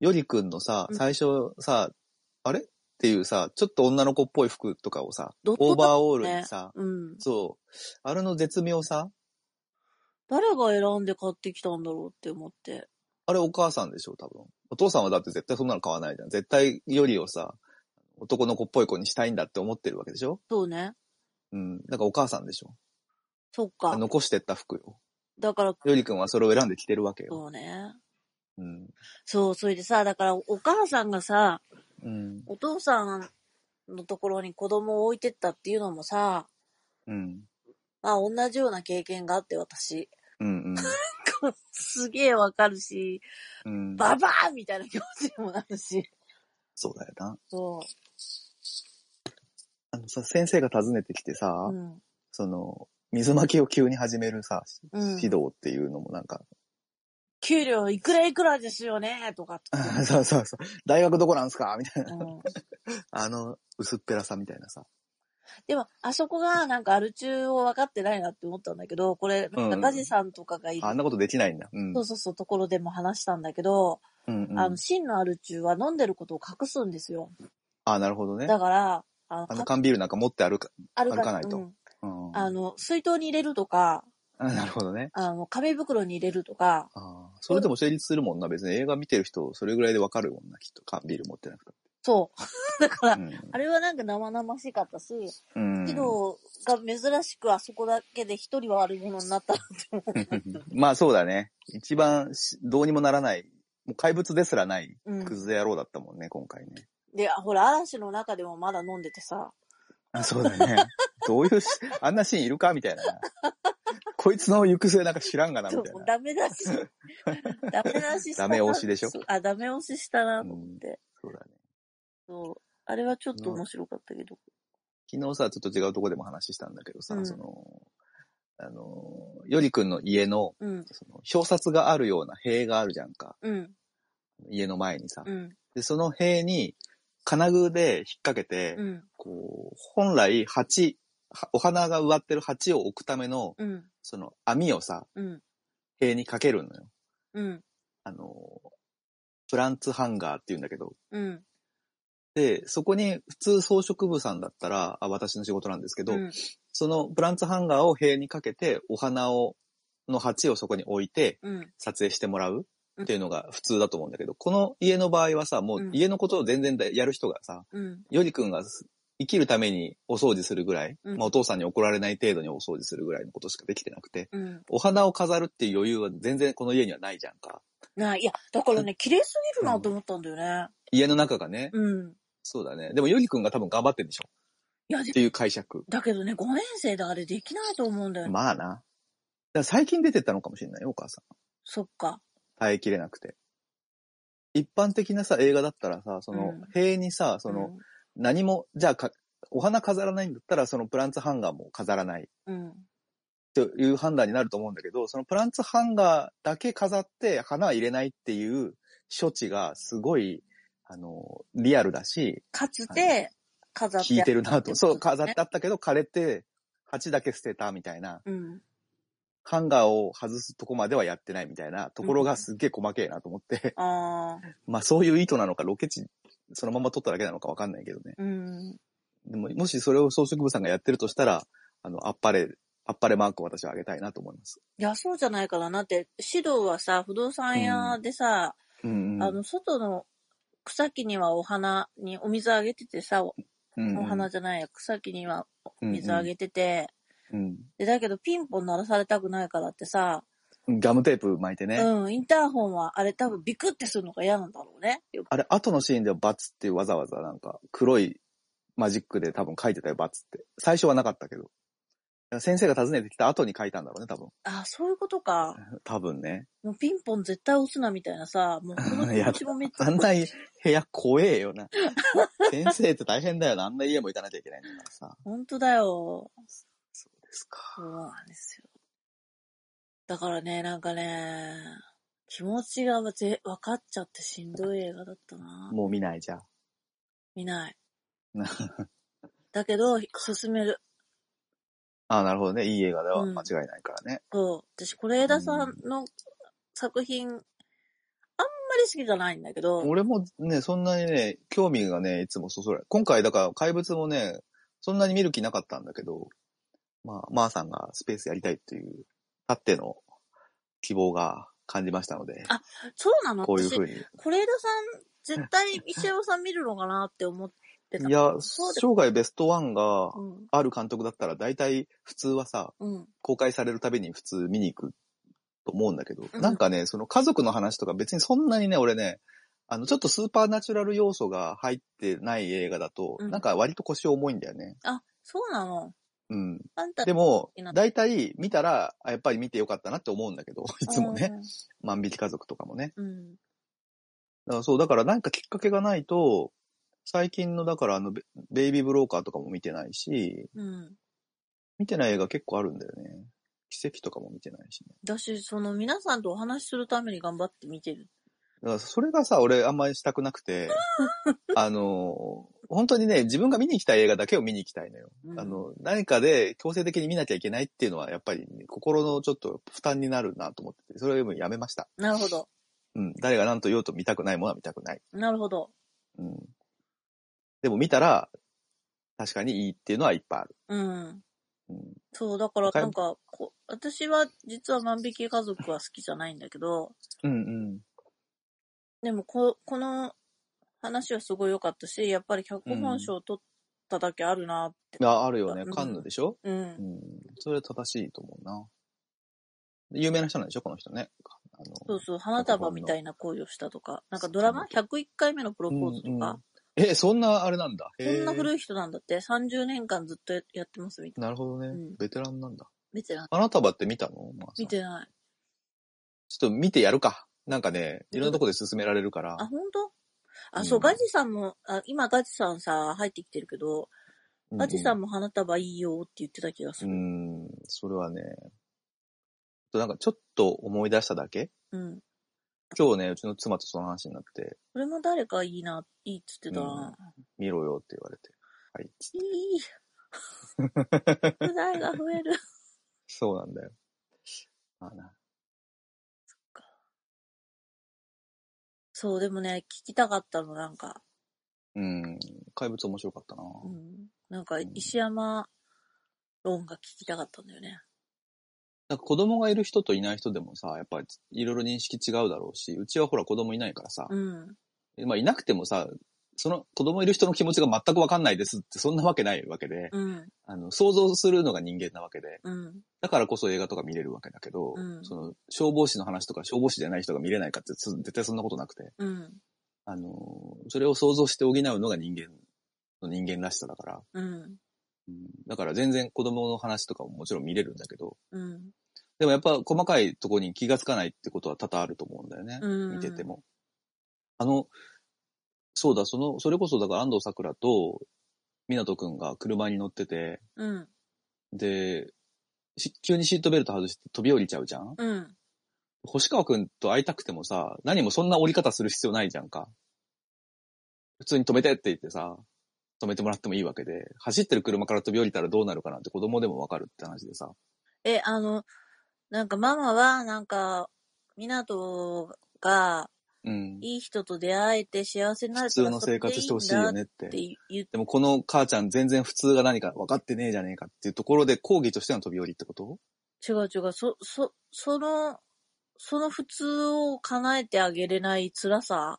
よりくんのさ、
うん
最初さ、あれっていうさ、ちょっと女の子っぽい服とかをさ、
ど
オ
こ
ー
だ
バーオールにさ、
うん。
そう、あれの絶妙さ、
誰が選んで買ってきたんだろうって思って。
あれお母さんでしょ、多分。お父さんはだって絶対そんなの買わないじゃん。絶対よりをさ、男の子っぽい子にしたいんだって思ってるわけでしょ
そうね。
うん。だからお母さんでしょ。
そっか。
残してった服よ。
だから、
よりくんはそれを選んで着てるわけよ。
そうね。
うん。
そう、それでさ、だからお母さんがさ、
うん。
お父さんのところに子供を置いてったっていうのもさ、
うん。
まあ同じような経験があって私。
うん。
すげえわかるし、
うん。
ババーみたいな気持ちにもなるし。
そうだよな。
そ
あのさ、先生が訪ねてきてさ、
う。うん。
その、水まきを急に始めるさ、
うん
指導っていうのもなんか、
給料いくらいくらですよねとかって。
そうそうそう、大学どこなんすかみたいな。
うん
あの、薄っぺらさみたいなさ。
でも、あそこがなんかアル中を分かってないなって思ったんだけど、これ、
うん
中地さんとかがいる、
あんなことできないんだ。うん。
そうそうそう、ところでも話したんだけど、
うんうん
あの、真のアル中は飲んでることを隠すんですよ。
あ、なるほどね。
だから、あの、
あの缶ビールなんか持って歩か、
ある
歩かないとうん、
あの、水筒に入れるとか、
あ なるほどね。
あの、紙袋に入れるとか、
あーそれでも成立するもんな。別に映画見てる人、それぐらいでわかるもんな、きっと。缶ビール持ってなくて。
そう。 だから、
うん
あれはなんか生々しかったし、
うん
昨日が珍しくあそこだけで一人は悪者に なったなって思う。
まあそうだね。一番しどうにもならない、もう怪物ですらない、
うん
クズ野郎だったもんね、今回ね。
で、あほら、嵐の中でもまだ飲んでてさ、
あそうだね。 どういうし、あんなシーンいるかみた いな。こいつの行く末なんか知らんがな、みたい
そう
な。
ダメ出 し。ダメ出しした
ダ
な。
メ押しでしょ
あ、ダメ押ししたなと思って。
そうだね。
そう。あれはちょっと面白かったけど。
昨日さ、ちょっと違うとこでも話したんだけどさ、
うん
その、あの、よりくんの家の、
うん、
その表札があるような塀があるじゃんか。
うん、
家の前にさ。
うん、
で、その塀に、金具で引っ掛けて、
うん、
こう、本来鉢、はお花が植わってる鉢を置くための、
うん、
その網をさ、
うん、
塀にかけるのよ。
うん、
あの、プランツハンガーって言うんだけど。
うん、
で、そこに普通装飾部さんだったら、あ私の仕事なんですけど、
うん、
そのプランツハンガーを塀にかけて、お花を、の鉢をそこに置いて、
うん、
撮影してもらうっていうのが普通だと思うんだけど、この家の場合はさ、もう家のことを全然だやる人がさ、
うん、
よりくんがす生きるためにお掃除するぐらい、
うん
まあお父さんに怒られない程度にお掃除するぐらいのことしかできてなくて、
うん。
お花を飾るっていう余裕は全然この家にはないじゃんか。
ない。いや、だからね、綺麗すぎるなと思ったんだよね。
家の中がね、
うん。
そうだね。でもよりくんが多分頑張ってんでしょ
いや、
って
で
いう解釈。
だけどね、5年生だからできないと思うんだよね。
まあな。だから最近出てったのかもしれないよ、お母さん。
そっか。
耐えきれなくて。一般的なさ、映画だったらさ、その
うん、
塀にさ、その、何も、じゃあか、お花飾らないんだったら、そのプランツハンガーも飾らない。
うん、
という判断になると思うんだけど、そのプランツハンガーだけ飾って花は入れないっていう処置がすごい、あの、リアルだし、
かつて、飾って。
効いてるなと。そう、飾って
た。
あったけど枯れて、鉢だけ捨てたみたいな、
うん。
ハンガーを外すとこまではやってないみたいなところ
う
が
ん
すっげえ細けえなと思って、
ああ、
まあそういう意図なのか、ロケ地そのまま撮っただけなのかわかんないけどね。
うん。
でも、もしそれを装飾部さんがやってるとしたら、あの、あっぱれ、あっぱれマークを私はあげたいなと思います。
いや、そうじゃないかな。だって、指導はさ、不動産屋でさ、
うんうん、
あの、外の草木にはお花にお水あげててさ、お
うんうん、
お花じゃないや、草木には
うんうん、
水あげてて、
うん。
で、だけどピンポン鳴らされたくないからってさ、
ガムテープ巻いてね。
うん、インターホンはあれ多分ビクってするのが嫌なんだろうね。よく
あれ、後のシーンではバツってわざわざなんか黒いマジックで多分書いてたよ、バツって。最初はなかったけど。先生が訪ねてきた後に書いたんだろうね、多 分。
あ、そういうことか。
多分ね。
もうピンポン絶対押すなみたいなさ、もうこ の気持ちもめっちゃ
あんな 部屋怖えよな。 先生って大変だよな。あんな家も行かなきゃいけないんだからさ。
本当だよ。
そうですか。
そうなんですよ。だからね、なんかね、気持ちがぜ分かっちゃってしんどい映画だったな。
もう見ないじゃん。
見 ない
な。
だけど、進める。
ああ、なるほどね。いい映画では
うん
間違いないからね。
そう。私、是枝さんの作品、あんまり好きじゃないんだけど、
俺もね、そんなにね、興味がね、いつもそそられ。今回だから怪物もね、そんなに見る気なかったんだけど、まあ、まーさんがスペースやりたいっていう、あっての希望が感じましたので、
あそうなの
こういう
私
ふ、うに。
是枝さん、絶対石山さん見るのかなって思ってた。
いや、
そうで
生涯ベストワンが
うん。
ある監督だったら大体普通はさ、
うん。
公開されるたびに普通見に行くと思うんだけど、
うん
なんかね、その家族の話とか別にそんなにね、俺ね、あの、ちょっとスーパーナチュラル要素が入ってない映画だと、
うん
なんか割と腰重いんだよね。
あ、そうなの。
うん。
あんた、
でも
好きな、
大体見たら、あやっぱり見てよかったなって思うんだけど、いつもね、万引き家族とかもね。
うん。うん。
だからそう、だからなんかきっかけがないと、最近の、だからあのベ、ベイビーブローカーとかも見てないし、
うん。
見てない映画結構あるんだよね。奇跡とかも見てないしね。
私、その皆さんとお話しするために頑張って見てる。
だからそれがさ、俺あんまりしたくなく て、あの、本当にね、自分が見に行きたい映画だけを見に行きたいのよ。
うん
あの、何かで強制的に見なきゃいけないっていうのは、やっぱりね、心のちょっと負担になるなと思ってて、それをもうやめました。
なるほど。
うん、誰が何と言おうと見たくないものは見たくない。
なるほど。
うん。でも見たら、確かにいいっていうのはいっぱいある。
うん。
うん。
そう、だから
わかる
なんか、こ私は実は万引き家族は好きじゃないんだけど、
うん
でもこ、この話はすごい良かったし、やっぱり脚本賞を取っただけあるなって。
うん。あ、あるよね
う。ん
カンヌでしょ
うん。
うん。それ正しいと思うな。有名な人なんでしょこの人ね。あの
そうそう、花束みたいな恋をしたとか、なんかドラマ ?101 回目のプロポーズとか、
うんうんえ、そんなあれなんだ。
こんな
へ
古い人なんだって、30年間ずっとややってますみた
え
いな。
なるほどね、
うん
ベテランなんだ。
見てない。
花束って見たの、まあ、
見てない。
ちょっと見てやるか。なんかね、いろんなとこで進められるから。
あ、本当？
う
あ、
ん
そう、ガジさんも、あ今ガジさんさ、入ってきてるけど、
うん
アジさんも花束いいよって言ってた気がす
う
る。
ん、それはね、となんかちょっと思い出しただけ
うん。
今日ね、うちの妻とその話になって、
これも誰かいいな、いいっつってたな。
見ろよって言われて。はい。つって
いい。不在が増え る。
そうなんだよ。まあな。
そう、でもね、聞きたかったの、なんか。
うん。怪物面白かったな。
うん。なんか、石山論が聞きたかったんだよね。
なんか子供がいる人といない人でもさ、やっぱりいろいろ認識違うだろうし、うちはほら子供いないからさ、
うん。
まあいなくてもさ、その子供いる人の気持ちが全くわかんないですってそんなわけないわけで、
うん。
あの、想像するのが人間なわけで、
うん。
だからこそ映画とか見れるわけだけど、
うん
その消防士の話とか消防士じゃない人が見れないかってつ絶対そんなことなくて、
うん。
あのー、それを想像して補うのが人間の人間らしさだから、
うん。
うんだから全然子供の話とかももちろん見れるんだけど、
うん。
でもやっぱ細かいところに気がつかないってことは多々あると思うんだよね。
うん
見てても。あの、そうだ、その、それこそだから安藤サクラと湊くんが車に乗ってて、
うん。
で、し急にシートベルト外して飛び降りちゃうじゃん
うん。
星川くんと会いたくてもさ、何もそんな降り方する必要ないじゃんか。普通に止めてって言ってさ、止めてもらってもいいわけで、走ってる車から飛び降りたらどうなるかなんて子供でもわかるって話でさ。
え、あの、なんかママは、なんか、港が、
うん。
いい人と出会えて幸せにな
普
る
通
から
の生活してほしいよねっ
それで
て。
いいんだって言う。
でもこの母ちゃん全然普通が何か分かってねえじゃねえかっていうところで講義としての飛び降りってこと
違う違う、そ、そ、その、その普通を叶えてあげれない辛さ、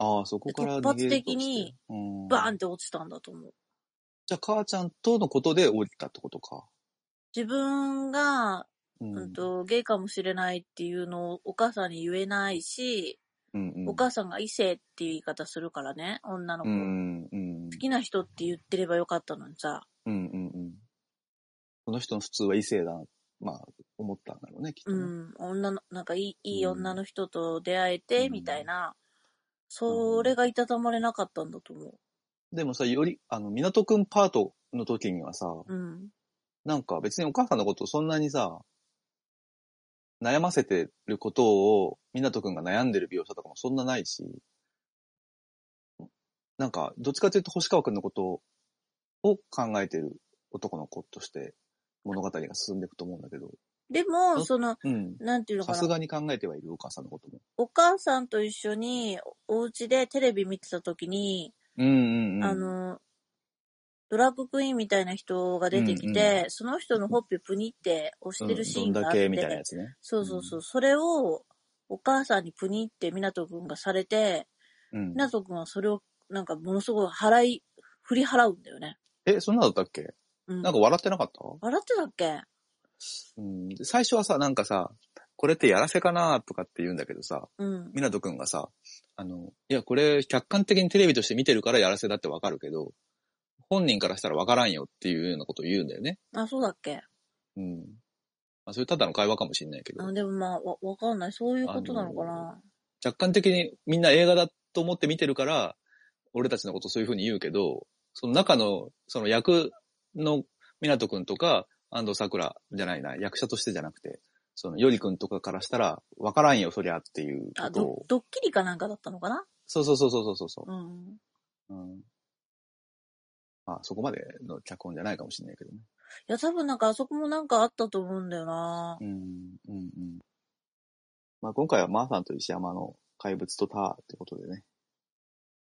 ああ、そこから逃げるとして
突発的に、
うん
バーンって落ちたんだと思う。
じゃあ母ちゃんとのことで降りたってことか。
自分が、
う
うんと、ゲイかもしれないっていうのをお母さんに言えないし、
うんうん
お母さんが異性っていう言い方するからね、女の子。
うんうん
好きな人って言ってればよかったのにさ。
うんうんうん。この人の普通は異性だな、まあ、思ったんだろうね、きっと
う
ね。
ん、女の、なんかいい、いい
うん
女の人と出会えて、
うん
みたいな、それがいたたまれなかったんだと思
でもさ、より、あの、港くんパートの時にはさ、
う。うん。
なんか別にお母さんのことをそんなにさ、悩ませてることを、港くんが悩んでる描写とかもそんなないし、なんか、どっちかというと星川くんのことを考えてる男の子として物語が進んでいくと思うんだけど、
で
あ
も、その、
うん。
なんていうの
さ
か
す
な、
がに考えてはいるお母さんのことも。
お母さんと一緒に、おお家でテレビ見てた時に、
うんうんうん。
あの、ドラッグクイーンみたいな人が出てきて、
う
その人のほっぺプニって押してるシーンがあって、
うん、どんだけみたいなやつね。
そうそうそう、それを、お母さんにプニって湊くんがされて、
うん、
湊くんはそれを、なんかものすごい払い、振り払うんだよね。
え、そんなだったっけ
うん。
なんか笑ってなかった、
笑ってたっけ
うん、最初はさ、なんかさ、これってやらせかなとかって言うんだけどさ、
うん。
湊くんがさ、あの、いや、これ客観的にテレビとして見てるからやらせだってわかるけど、本人からしたらわからんよっていうようなことを言うんだよね。
あ、そうだっけ
うん。まあ、それただの会話かもしんないけど
あ、でもまあ、わ、わかんない。そういうことなのかな。
客観的にみんな映画だと思って見てるから、俺たちのことそういうふうに言うけど、その中の、その役の湊くんとか、安藤桜じゃないな、役者としてじゃなくて、そのよりくんとかからしたら、わからんよ、そりゃっていう
あ、
こと
ど
を、。
ドッキリかなんかだったのかな
そうそうそうそうそうそう
う。ん。
うんまあ、そこまでの脚本じゃないかもしれないけどね。
いや、多分なんかあそこもなんかあったと思うんだよな
う。ん、うん、うん。まあ、今回はマーさんと石山の怪物とターってことでね。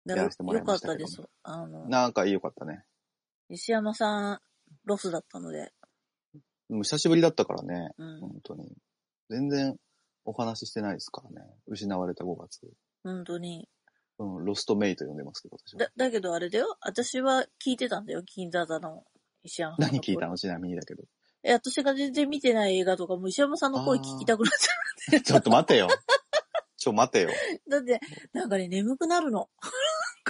だ
や
から
せてもらい
よか
ま
っ
した
た
け
で
ど
す。あの、
なんか良かったね。
石山さん、ロスだったので。
でも久しぶりだったからね。
うん。
本当に。全然お話ししてないですからね。失われた5月。
本当に。
うん、ロストメイと呼んでますけど、私は。
だ、だけどあれだよ。私は聞いてたんだよ。金座座の石山さんの声。
何聞いたのちなみにだけど。
え、私が全然見てない映画とかも石山さんの声聞きたくなっちゃ
ちょっと待てよ。ちょ、待てよ。
う。だ って、なんかね、眠くなるの。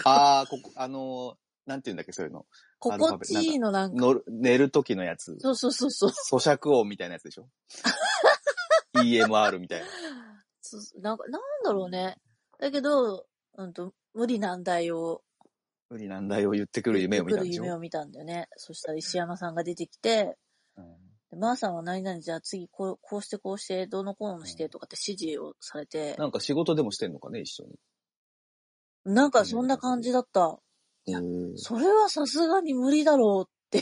あー、ここ、あのーなんて言うんだっけ、そういうの。
心地いいの、なんか。
乗る、寝る時のやつ。
そうそうそうそう。
咀嚼音みたいなやつで しょ ?EMR みたいな。
そうなんか、なんだろうね。だけど、うんと、無理難題を
無理難題を言ってくる夢を見
来
たん
る
でし
夢
ょ。
を見たんだよね。そしたら石山さんが出てきて、
うん
でまーさんは何々じゃあ次こうこうしてこうしてどうのこうのしてとかって指示をされて、
なんか仕事でもしてんのかね、一緒に。
なんかそんな感じだった。いやそれはさすがに無理だろう。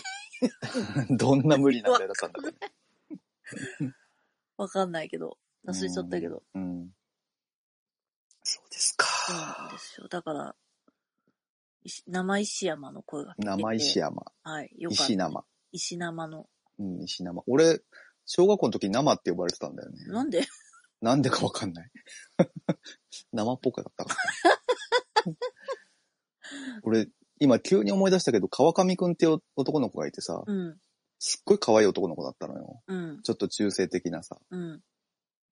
どんな無理難題だったんだろうね。
わかんないけど。 忘れちゃったけど。
うん。そうですか。
そうなんですよ。だから、石生石山の声が聞けて
生石。山。
はい。よかった。
石生。
石生の。
うん、石生。俺、小学校の時生って呼ばれてたんだよね。
なんで
なんでかわかんない。 生っぽくだったから。俺、今急に思い出したけど、川上くんって男の子がいてさ、
うん。
すっごい可愛い男の子だったのよ。
うん。
ちょっと中性的なさ。
うん。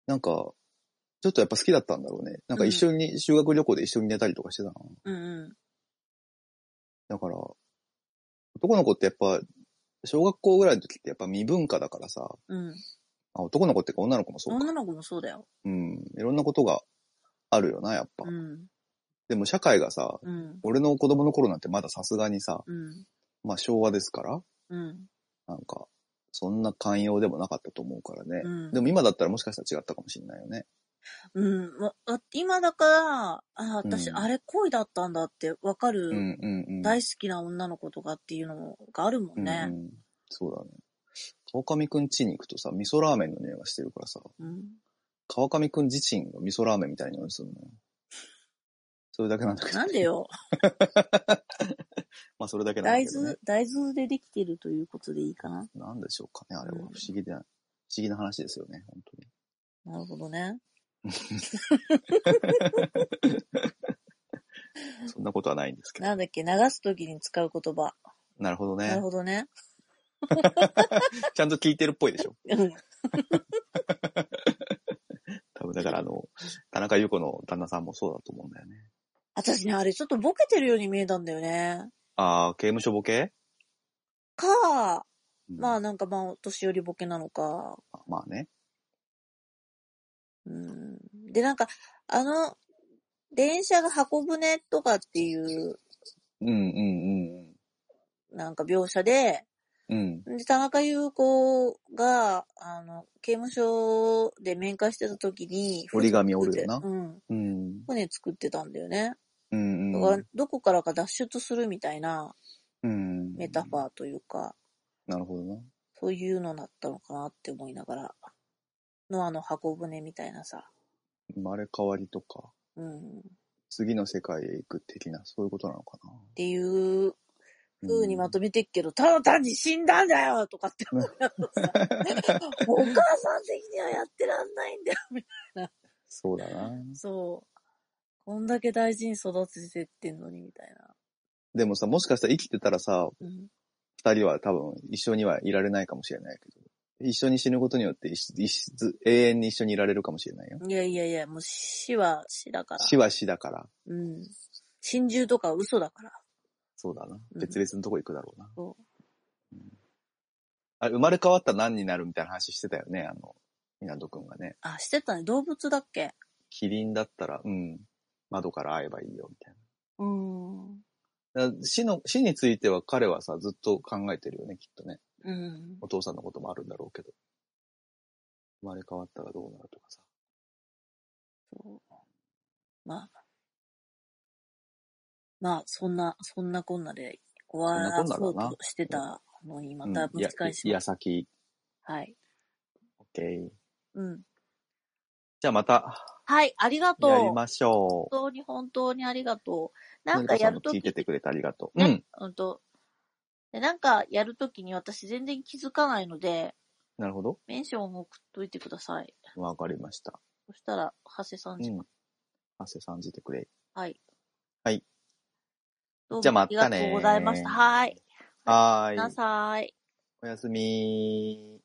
なんか、ちょっとやっぱ好きだったんだろうね。なんか一緒に、修学旅行で一緒に寝たりとかしてたの。
うん。うん。
だから、男の子ってやっぱ、小学校ぐらいの時ってやっぱ未文化だからさ、
うん。
あ男の子っていうか女の子もそうか。
女の子もそうだよ。
うん。いろんなことがあるよな、やっぱ。
うん。
でも社会がさ、
うん。
俺の子供の頃なんてまださすがにさ、
うん。
まあ昭和ですから、
うん。
なんか、そんな寛容でもなかったと思うからね。
うん
でも今だったらもしかしたら違ったかもしれないよね。
うん。もうだって今だから、あ、私、
うん
あれ恋だったんだってわかる、
うんうんうん。
大好きな女の子とかっていうのがあるもんね
う。んうん。そうだね。川上くん家に行くとさ、味噌ラーメンの匂いがしてるからさ、
うん。
川上くん自身が味噌ラーメンみたいな匂いするのよ。それだけなんだけど、
なんで よ。
まあそれだけなんだ
大
けど、ね。
豆、大豆でできてるということでいいかな。
なんでしょうかね、あれは。
う
不
ん
思議で、不思議な話ですよね、本当に。
なるほどね。
そんなことはないんですけど。
なんだっけ、流すときに使う言葉。
なるほど
なる
ね。
ほどね。
ちゃんと聞いてるっぽいでしょ。
うん。
多分だからあの、田中優子の旦那さんもそうだと思うんだよね。
私ね、あれちょっとボケてるように見えたんだよね。
ああ、刑務所ボケ、
か、
うん
まあなんかまあお年寄りボケなのか。
まあね。
うん。で、なんか、あの、電車が箱舟とかっていう、
うんうん
なんか描写で、
うんうん。うん。
で、田中優子が、あの、刑務所で面会してた時に、
折り紙折るよな
うん。
うん。
船作ってたんだよね。
うん
だ
う
から
ん。、
どこからか脱出するみたいな
うん。
メタファーというか、
なるほどな。
そういうのだったのかなって思いながら、ノアの箱舟みたいなさ、
生まれ変わりとか、
うん、っ
次の世界へ行く的な、そういうことなのかな。
ていう風にまと
め
めてっけど、ただ単に死んだんだよとかって思うやつさ、もうお母さん的にはやってらんないんだよ。
そうだな。
そう。こんだけ大事に育ててってんのにみたい
でもさ、もしかしたら生きてたらさ、
な。うん。
二人は多分一緒にはいられないかもしれないけど、一緒に死ぬことによって一一ず永遠に一緒にいられるかもしれないよ。
いやいやいや、もう死は死だから。
死は死だから、
うん。心中とか嘘だから。
そうだな。
うん
別々のとこ行くだろうな。
そ
うんあれ、生まれ変わったら何になるみたいな話してたよね、あの、港くんがね。
あ、してたね。動物だっけ
キリンだったら、うん、窓から会えばいいよ、みたいな。
うん。
だから死の、死については彼はさ、ずっと考えてるよね、きっとね。
うん。
お父さんのこともあるんだろうけど。生まれ変わったらどうなるとかさ。
そうまあ。まあ、そんな、そんなこんなで終わ
そ
ら
んな
そ
こ
うん
なだな
としてたのに、ま
うん
たぶ
や
つかりし
い
ま
や
す。
さき、
はい。
オッケー。
うん。
じゃあまた、
はい、ありがとう。
やり
本
ましょう。
当に本当にありがとう。なん
のり
か
こさ
や
ん
る
も
と
聞
き、
いててくれてありがとう。うん
ね。うんと、でなんかやるときに私全然気づかないので、
なるほど。
メンションを送っといてください。
わかりました。
そしたら、長谷さん
う
じ、
ん。汗さんじてくれ。
はい。
はい。
どう
じゃあ
も
ま
あり
た
が
ね
とうございました。はい。
は
ごめん
ー。
ないさい。
おやすみ。